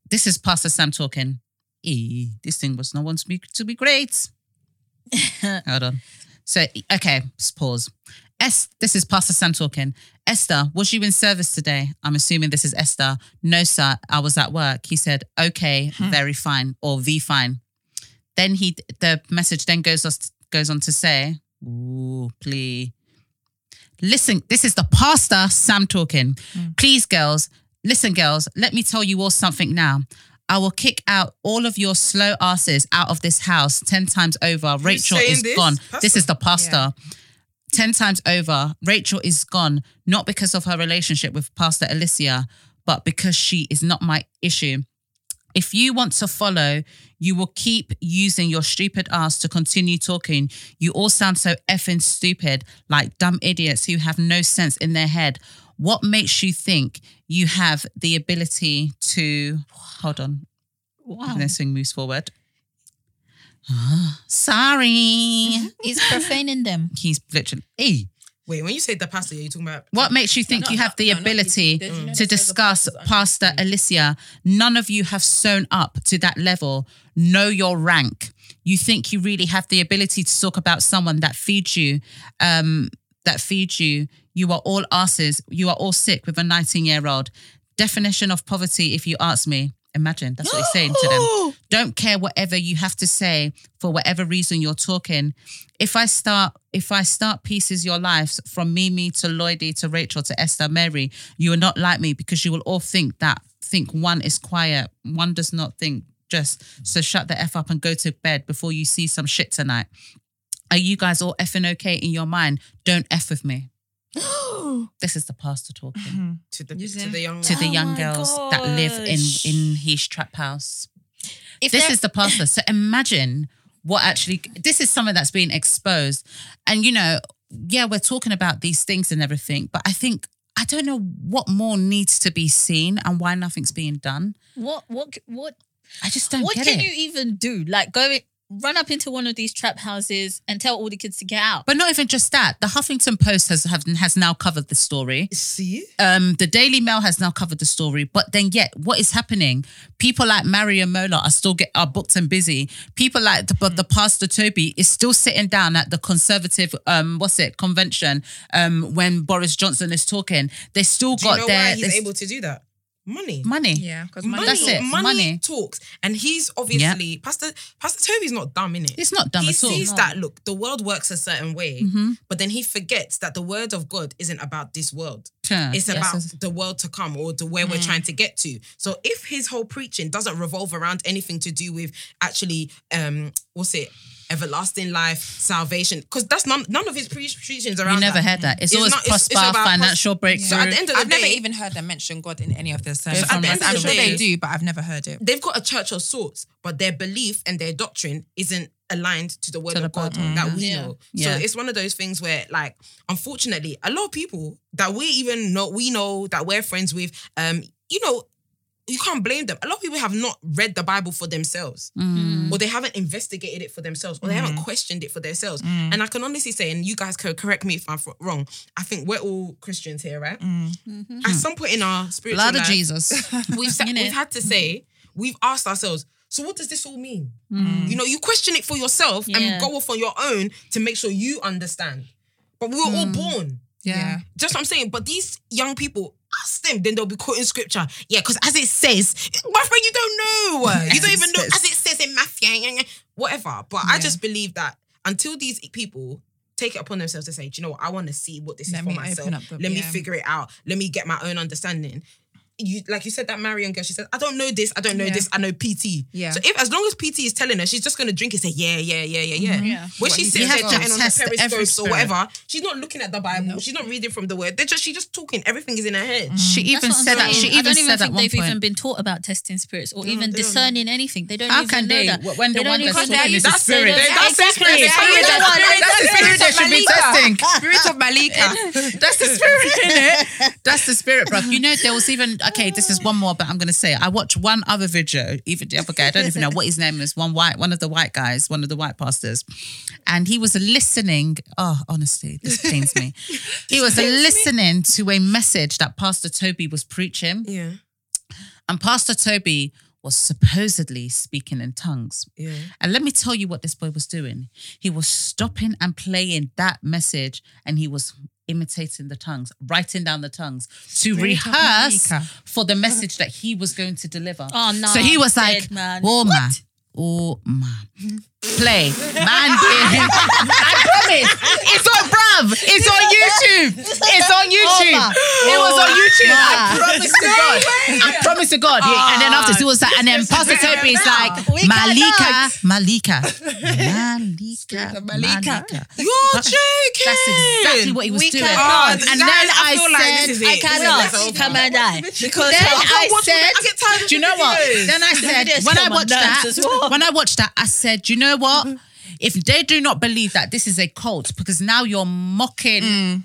S1: This is Pastor Sam talking. E, this thing was no one's me- to be great. Hold on. So, okay, s- pause. Es, this is Pastor Sam talking. Esther, was you in service today? I'm assuming this is Esther. No, sir, I was at work. He said, okay, very fine, or V fine. Then he, the message then goes us goes on to say, ooh, please. Listen, this is the pastor Sam talking.
S3: Mm.
S1: Please, girls, listen, girls, let me tell you all something now. I will kick out all of your slow asses out of this house 10 times over. Rachel
S3: saying
S1: is
S3: this?
S1: gone. This
S3: Pastor?
S1: is the pastor. 10 times over, Rachel is gone, not because of her relationship with Pastor Alicia, but because she is not my issue. If you want to follow, you will keep using your stupid ass to continue talking. You all sound so effing stupid, like dumb idiots who have no sense in their head. What makes you think you have the ability to hold on?
S4: Wow.
S1: And then swing moves forward. *gasps* Ah, sorry.
S4: He's profaning them.
S1: He's literally. E.
S3: Wait, when you say the pastor, yeah, you talking about
S1: What makes you think
S2: No,
S1: you
S2: no,
S1: have the
S2: no, no,
S1: ability
S2: did you know this was
S1: to
S2: a
S1: discuss
S2: pastor's
S1: Pastor
S2: understanding?
S1: Alicia? None of you have sewn up to that level. Know your rank. You think you really have the ability to talk about someone that feeds you, um, that feeds you. You are all asses. You are all sick with a 19 year old. Definition of poverty, if you ask me. Imagine that's what he's saying to them. Don't care whatever you have to say for whatever reason you're talking. If I start, if I start pieces your lives from Mimi to Lloydie to Rachel to Esther, Mary, you will not like me because you will all think that think one is quiet, one does not think just. So shut the f up and go to bed before you see some shit tonight. Are you guys all effing okay in your mind? Don't f with
S4: *gasps*
S1: me. this is the pastor talking
S3: to the,
S2: Using-
S3: to the young
S1: to the
S4: Oh
S1: young
S4: my
S1: girls that live in
S4: gosh.
S1: in his trap house.
S4: If
S1: this
S4: they're-
S1: is the pastor. So imagine what actually this is something that's being exposed. And you know, yeah, we're talking about these things and everything, but I think I don't know what more needs to be seen and why nothing's being done.
S4: What? What? What?
S1: I just don't
S4: what
S1: get
S4: can
S1: it.
S4: you even do? Like going run up into one of these trap houses and tell all the kids to get out.
S1: But not even just that. The Huffington Post has have, has now covered the story.
S3: See?
S1: Um, the Daily Mail has now covered the story. But then, yet, what is happening? People like Marion Mola are still get are booked and busy. People like the, but the
S3: Mm.
S1: pastor Toby is still sitting down at the conservative um what's it convention um when Boris Johnson is talking. They still
S3: Do you
S1: got
S3: know
S1: their
S3: why he's
S1: they-
S3: able to do that? Money.
S1: money.
S2: Yeah, because
S3: Money,
S1: That's it,
S3: money,
S1: money.
S3: talks, and he's obviously Pastor Pastor Toby's not dumb in it.
S1: It's not dumb
S3: he
S1: at all. Mm-hmm.
S3: sees that look, the world works a certain way, but then he forgets that the word of God isn't about this world.
S1: Yeah.
S3: It's about the world to come or the where
S1: Mm.
S3: we're trying to get to. So if his whole preaching doesn't revolve around anything to do with actually, um, what's it, everlasting life, salvation, because that's none none of his pre- preachings around.
S1: You never
S3: that.
S1: heard that. It's,
S3: It's
S1: always
S3: not- it's- it's
S1: prosper,
S3: about pros-
S1: financial breakthrough.
S3: So at the end of the
S2: I've
S3: day,
S2: never even heard them mention God in any of their sermons.
S1: from
S2: At the end of
S1: like
S2: the
S1: Adam
S2: day, I'm sure they
S3: Days.
S2: do, but I've never heard it.
S3: they've got a church of sorts, but their belief and their doctrine isn't aligned to the word
S1: To the
S3: of God
S1: Bible.
S3: that we know.
S1: Yeah.
S3: So it's one of those things where, like, unfortunately, a lot of people that we even know, we know that we're friends with, um, you know, you can't blame them. A lot of people have not read the Bible for themselves,
S1: Mm.
S3: or they haven't investigated it for themselves, or they haven't questioned it for themselves.
S1: Mm.
S3: And I can honestly say, and you guys can correct me if I'm fr- wrong. I think we're all Christians here, right?
S1: Mm.
S3: At some point in our spiritual
S1: Blood Hmm. of
S3: life,
S1: Jesus.
S3: we've sa-
S4: Innit?
S3: we've had to say we've asked ourselves. So what does this all mean? You know, you question it for yourself
S4: Yeah.
S3: and go off on your own to make sure you understand. But we were all born.
S2: Yeah. *laughs*
S3: Just what I'm saying. But these young people. Ask them, then they'll be quoting scripture. Yeah, because as it says, my friend, you don't know. You don't even know. As it says in Matthew, whatever. But I just believe that until these people take it upon themselves to say, do you know what? I want to see what this
S2: Let
S3: is for
S2: me
S3: myself.
S2: open up the-
S3: Let me
S2: yeah.
S3: figure it out. Let me get my own understanding you like you said that Marion girl. She said, "I don't know this. I don't know
S2: Yeah.
S3: this. I know PT."
S2: Yeah.
S3: So if as long as PT is telling her, she's just gonna drink and say, "Yeah, yeah, yeah, yeah, yeah."
S4: Yeah.
S3: When
S2: Mm-hmm.
S3: she
S2: you
S3: sits
S2: have
S3: there
S2: to
S3: chatting on her
S1: test every
S3: periscopes or
S1: spirit.
S3: whatever, she's not looking at the Bible. She's not reading from the word. They're just she's just talking. Everything is in her head.
S1: She
S4: That's
S1: even
S4: what I'm
S1: said that.
S4: saying.
S1: She
S4: I
S1: even
S4: don't even
S1: said at
S4: think
S1: one
S4: they've even
S1: point.
S4: been taught about testing spirits or even
S3: they don't.
S4: discerning anything. They don't
S1: How
S4: even
S1: can
S4: know
S1: they?
S4: that.
S1: When the
S4: don't
S1: one
S4: even
S1: that's
S4: know
S1: talking
S4: that.
S1: is the
S4: They don't-
S1: spirit.
S4: they don't-
S3: That's the
S4: exactly.
S3: spirit.
S4: They don't
S3: Spirit
S4: know
S3: that's-
S4: that.
S1: That's the spirit that should be testing.
S2: Spirit of
S1: *laughs*
S2: Malika.
S1: That's the spirit in it. That's the spirit, bro. You know, there was even okay. This is one more, but I'm gonna say it. I watched one other video. Even the other guy, I don't even know what his name is. One white, one of the white guys, one of the white pastors, and he was listening. Oh, honestly, this pains me. He was listening to a message that Pastor Toby was preaching,
S3: Yeah,
S1: and Pastor Toby was supposedly speaking in tongues.
S3: yeah.
S1: And let me tell you what this boy was doing. He was stopping and playing that message and he was imitating the tongues, writing down the tongues to rehearse
S2: Mika.
S1: for the message that he was going to deliver.
S4: Oh, no,
S1: So he was
S4: I'm
S1: like,
S4: dead, man.
S1: oh man. Oh man, play man! I promise, it's on bruv, it's
S4: *laughs*
S1: on YouTube, it's
S4: Oh,
S1: on YouTube. it was on YouTube. I promise to God, I promise to God. Yeah, and then
S3: Ah.
S1: after he was like, and then Pastor Toby is like,
S4: We
S1: Malika, Malika, Malika, Malika.
S3: You're joking.
S1: That's exactly what he was
S4: We
S1: doing.
S3: God,
S1: and
S3: guys,
S1: then I,
S3: feel like this is
S1: said,
S3: it. This
S4: I
S3: is
S4: cannot.
S3: over.
S4: Come and die. Because
S1: then I
S3: watch it.
S1: said,
S3: I get tired of
S1: do you know what?
S3: videos.
S1: Then I
S4: videos
S1: said, when
S4: come
S1: I
S4: on
S1: watched
S4: nerves
S1: that,
S4: as well.
S1: when I watched that, I said, do you know what?
S3: Mm-hmm.
S1: If they do not believe that this is a cult, because now you're mocking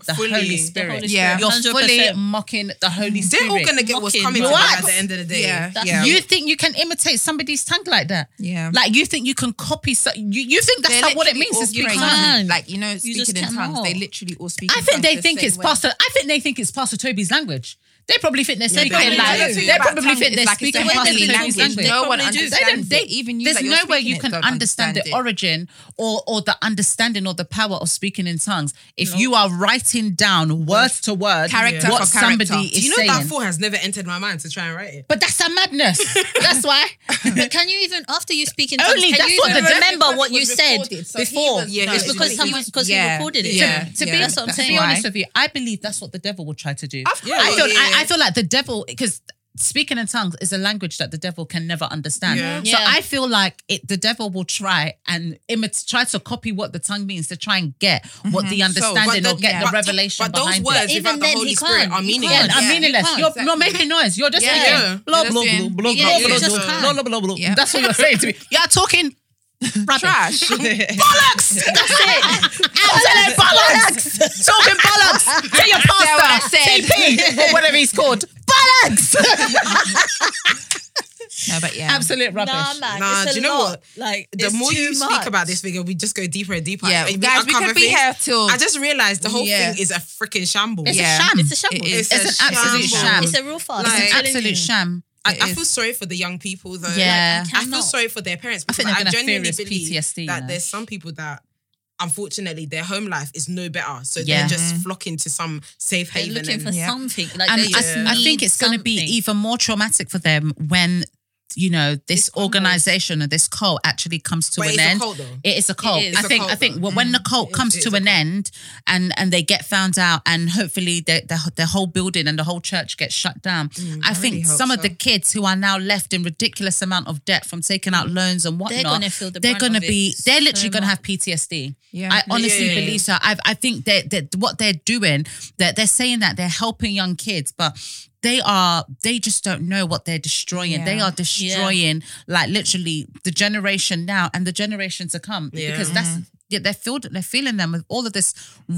S1: the
S3: Mm, fully.
S1: Holy
S3: The
S1: Spirit,
S4: Holy
S2: Yeah.
S4: Spirit,
S1: you're fully
S4: 100%.
S1: mocking the Holy
S3: They're
S1: Spirit.
S3: all gonna get what's
S4: Mocking
S3: coming to them
S1: what?
S3: at the end of the day.
S2: Yeah.
S4: That's-
S2: Yeah.
S1: You think you can imitate somebody's tongue like that?
S2: Yeah.
S1: Like you think you can copy? So, you you think that's
S2: They're
S1: not what it
S2: literally
S1: means
S2: all
S1: to speak
S2: praying.
S1: tongues?
S4: tongues.
S2: Like, you know,
S4: just
S2: speaking in
S4: cannot.
S2: tongues, they literally all speak
S1: I
S2: in
S1: think
S2: tongues
S1: they
S2: the
S1: think
S2: same
S1: it's
S2: way.
S1: Pastor. I think they think it's Pastor Toby's language. They probably think they're speaking
S3: but
S1: like
S3: when they talk to you
S1: they
S2: about
S1: probably
S2: tongues,
S1: think
S2: it's
S1: they're
S2: like it's
S1: speaking
S2: their
S1: Pastor
S2: heavenly language.
S1: Toby's language.
S2: No
S1: They
S2: one
S1: probably do.
S2: understands
S1: They
S2: it. Even you
S1: There's
S2: that you're
S1: no way
S2: speaking
S1: you
S2: it
S1: can
S2: don't
S1: understand the
S2: understand it.
S1: origin or or the understanding or the power of speaking in tongues if you are writing down word to word
S2: Character
S1: what
S2: for character.
S1: somebody
S2: Do
S1: is
S3: You know
S1: saying.
S3: that thought has never entered my mind to try and write it.
S1: but that's a
S2: *laughs*
S1: madness. that's why.
S4: But can you even after you speak in
S1: Only
S4: tongues, can
S1: that's
S4: you
S1: what
S4: even
S1: the-
S4: remember
S2: because
S4: what
S2: it
S4: you
S2: was
S4: said
S2: recorded, so he
S4: before?
S2: was-
S3: Yeah,
S4: it's
S3: it's
S4: because
S3: because
S4: someone
S2: he-
S4: because
S2: yeah,
S4: he recorded it.
S2: yeah.
S1: to be,
S4: That's what I'm
S1: to be
S4: saying.
S1: honest with you, I believe that's what the devil will try to do.
S3: course.
S1: I feel,
S3: Yeah, yeah,
S1: I, I
S3: yeah.
S1: feel like the devil because speaking in tongues is a language that the devil can never understand.
S3: Yeah.
S1: So
S4: Yeah.
S1: I feel like it, the devil will try and imit, try to copy what the tongue means to try and get what the understanding
S3: Mm-hmm. but
S1: or
S3: the-
S1: get
S3: but-
S1: the revelation
S3: but those
S1: behind it.
S3: words- Even
S4: Even
S3: without the
S4: then,
S3: Holy
S4: he
S3: Spirit
S4: can't.
S3: are
S4: He can't.
S3: meaningless.
S1: And I'm
S2: Yeah,
S1: meaningless.
S4: you
S1: You're
S2: can't,
S1: not making noise. You're just
S2: Yeah.
S1: saying blah
S2: Yeah. You're
S1: blah blah
S2: just
S1: blah blah
S2: doing-
S4: Yeah, you
S1: blah
S4: just
S1: blah,
S4: can't.
S1: blah blah blah blah.
S2: Yeah.
S1: That's what you're saying to me. You're talking rubbish.
S2: Trash.
S1: Bollocks! That's it. Absolute bollocks. Talking bollocks. Tell your pastor,
S2: said.
S1: TP, or whatever he's called. Bollocks.
S2: No, No, but yeah.
S5: Absolute rubbish.
S4: Nah, man.
S3: Nah,
S4: it's a
S3: do you know
S4: lot.
S3: what?
S4: Like
S3: *laughs* The
S4: *laughs* it's
S3: more
S4: too
S3: you
S4: much.
S3: speak about this figure, we just go deeper and deeper.
S2: Yeah,
S3: Like, we
S2: guys, we
S3: uncover
S2: could be
S3: things.
S2: here till.
S3: I just realized the whole
S2: Yeah.
S3: thing is a freaking shambles.
S5: It's
S2: Yeah.
S5: a sham.
S4: It's a shambles.
S2: It is
S5: It's
S2: a
S5: an absolute
S2: shambles.
S5: sham.
S4: It's a real fast.
S3: Like,
S4: I'm
S5: It's an
S4: telling
S5: absolute
S4: you.
S5: sham.
S3: I,
S2: It
S3: I feel
S2: is.
S3: sorry for the young people though.
S1: Yeah.
S3: Like, I feel
S4: Cannot.
S3: sorry for their parents.
S1: I think
S3: because
S1: they're gonna fear
S3: genuinely
S1: it's
S3: believe
S1: PTSD,
S3: That
S1: you know.
S3: there's some people that unfortunately their home life is no better. So
S1: Yeah.
S3: they're just flocking to some safe
S4: They're
S3: haven
S4: looking
S3: and
S4: for
S2: Yeah.
S4: something. Like
S1: And
S4: they
S3: I-
S4: just
S1: I
S4: need
S1: think it's going to be
S4: something.
S1: even more traumatic for them when, you know, this
S3: It's crumbles.
S1: organization or this cult actually comes to
S3: but
S1: an
S3: it's a
S1: end.
S3: cult though.
S1: It is a cult.
S4: is
S1: I
S4: a
S1: think.
S3: cult,
S1: I think
S3: though.
S1: when the cult
S3: It
S1: comes
S3: is
S1: to
S3: a
S1: an
S3: cult.
S1: end, and and they get found out, and hopefully their their, their whole building and the whole church gets shut down. I, think
S2: really hope
S1: some of
S2: so.
S1: the kids who are now left in ridiculous amount of debt from taking out loans and
S4: They're
S1: whatnot,
S4: gonna feel the
S1: they're
S4: brunt
S1: going to
S4: of it
S1: be. They're
S4: so
S1: literally going to
S4: much.
S1: have PTSD.
S2: Yeah.
S1: I honestly
S3: Yeah, yeah, yeah.
S1: believe so. I I think that that what they're doing that they're saying that they're helping young kids, but. They are. They just don't know what they're destroying. They
S2: Yeah.
S1: are destroying, like literally, the generation now and the generation to come.
S3: Yeah.
S1: Because that's yeah, they're filled. They're feeling them with all of this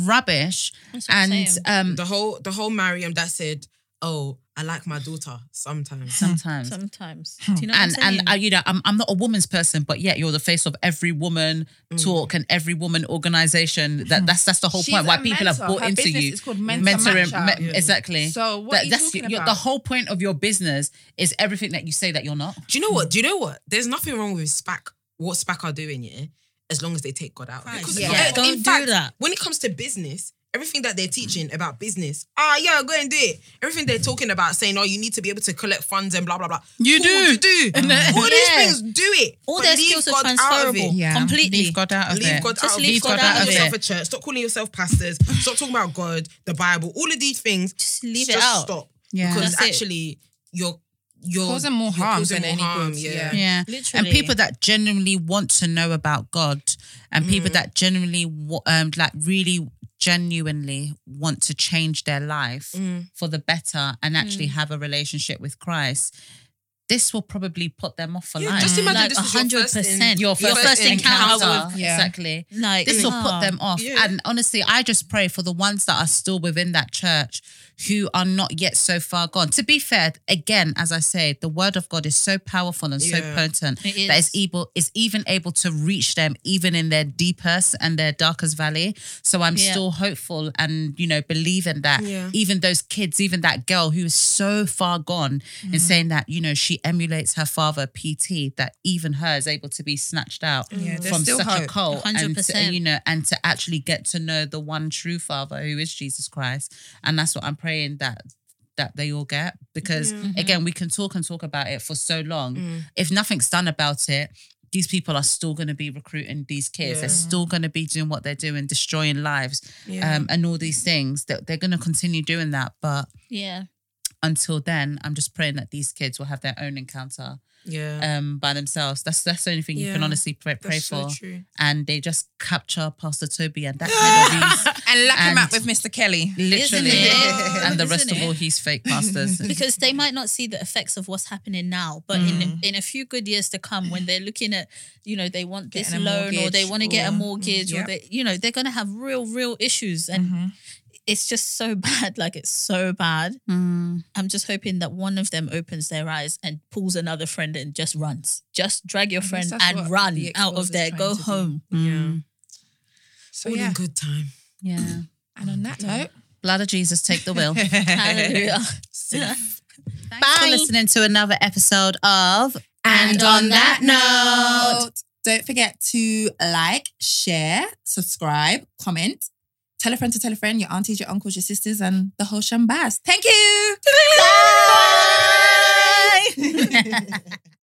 S1: rubbish,
S4: That's what I'm
S1: and
S4: saying.
S1: um,
S3: The whole the whole Mariam that said, "Oh, I like my daughter sometimes."
S1: sometimes.
S4: sometimes. Do you know
S1: and
S4: what I'm saying?
S1: and uh, you know I'm, I'm not a woman's person but yet you're the face of every woman
S2: Mm.
S1: talk and every woman organization that that's that's the whole
S2: She's
S1: point why
S2: a
S1: people
S2: mentor.
S1: have bought
S2: Her
S1: into
S2: business
S1: you
S2: is called Mentor Match Up.
S1: me- exactly
S2: So what are you talking
S1: your- the
S2: about?
S1: whole point of your business is everything that you say that you're not
S3: Do you know
S2: Hmm.
S3: what? Do you know what? There's nothing wrong with SPAC. What SPAC are doing, yeah, as long as they take God out. of it. Because
S4: Yeah.
S3: God-
S4: Yeah,
S3: in
S4: don't do
S3: fact,
S4: that.
S3: When it comes to business, everything that they're teaching about business, ah, yeah, go and do it. Everything they're talking about, saying, oh, you need to be able to collect funds and blah blah blah.
S1: You do.
S3: you
S2: *laughs*
S3: do. All these
S4: Yeah.
S3: things, do it.
S4: all
S3: But
S4: their
S3: leave
S4: skills are
S3: God out of
S4: transferable.
S3: it.
S2: Yeah.
S4: Completely.
S1: leave God out of
S3: Leave
S1: it
S3: God
S4: Just
S3: out.
S4: leave
S3: of it.
S4: God
S3: Stop
S4: out
S3: calling
S4: of
S3: yourself
S4: it.
S3: a church. Stop calling yourself pastors. Stop talking about God, the Bible, all of these things.
S4: Just leave it
S3: Just
S4: out.
S3: Stop.
S1: Yeah.
S3: Because
S4: That's it.
S3: actually, you're you're
S2: Causing more
S3: you're
S2: harm
S3: causing
S2: than
S3: more
S2: any
S3: harm,
S2: good.
S3: Yeah.
S1: yeah
S4: Literally.
S1: and people that genuinely want to know about god and people that genuinely wa- um like really genuinely want to change their life for the better and actually have a relationship with christ this will probably put them off for
S3: Yeah,
S1: life
S3: just imagine
S4: Like
S3: this is your first in-
S4: 100%.
S1: your first,
S4: first
S1: encounter,
S4: encounter
S2: with- Yeah.
S1: exactly
S4: like
S1: this will put
S4: ah.
S1: them off.
S3: Yeah.
S1: And honestly, I just pray for the ones that are still within that church who are not yet so far gone. To be fair, again, as I say, the word of God is so powerful and so
S3: Yeah.
S1: potent
S4: It is.
S1: that is able is even able to reach them even in their deepest and their darkest valley. So I'm
S4: Yeah.
S1: still hopeful and you know believe in that.
S3: Yeah.
S1: Even those kids, even that girl who is so far gone and saying that you know she emulates her father PT, that even her is able to be snatched out
S2: Yeah, there's
S1: from
S2: still
S1: such a
S2: hope.
S1: cult and to,
S4: 100%.
S1: you know and to actually get to know the one true father who is Jesus Christ and that's what I'm praying that that they all get because
S3: Mm-hmm.
S1: again we can talk and talk about it for so long
S3: Mm.
S1: if nothing's done about it these people are still going to be recruiting these kids they're
S3: Yeah.
S1: still going to be doing what they're doing destroying lives
S3: Yeah.
S1: um, and all these things that they're going to continue doing that but
S4: Yeah.
S1: until then i'm just praying that these kids will have their own encounter
S3: Yeah.
S1: um, by themselves that's that's the only thing you can
S3: Yeah.
S1: honestly pray, pray
S3: That's so
S1: for
S3: true.
S1: and they just capture Pastor Toby and
S4: *gasps*
S1: that head of his
S2: *laughs* And lock him
S1: And-
S2: up with Mr. *laughs* Kelly.
S1: literally,
S4: Isn't it?
S1: and the rest
S4: Isn't
S1: of all
S4: it?
S1: his fake pastors.
S4: *laughs* because they might not see the effects of what's happening now, but in in a few good years to come, when they're looking at, you know, they want this
S2: Getting a
S4: loan or they
S2: mortgage
S4: want to get a
S2: or-
S4: mortgage
S2: Yep.
S4: or they, you know, they're gonna have real, real issues, and
S2: Mm-hmm.
S4: it's just so *laughs* bad. Like it's so bad.
S2: Mm.
S4: I'm just hoping that one of them opens their eyes and pulls another friend and just runs. Just drag your
S2: guess
S4: friend
S2: that's
S4: and
S2: what
S4: run
S2: the
S4: out
S2: Exposed's
S4: of there.
S2: trying
S4: Go
S2: to do. *laughs*
S4: home.
S1: Mm.
S2: So
S3: All
S2: yeah.
S3: in good time.
S1: Yeah.
S2: And on that *laughs* note,
S1: Blood of Jesus, take the will.
S2: *laughs*
S1: Thanks
S4: Hallelujah.
S1: for listening to another episode of
S4: And on that
S2: note, don't forget to like, share, subscribe, comment, tell a friend to tell a friend, your aunties, your uncles, your sisters, and the whole shambaz. Thank you. Bye.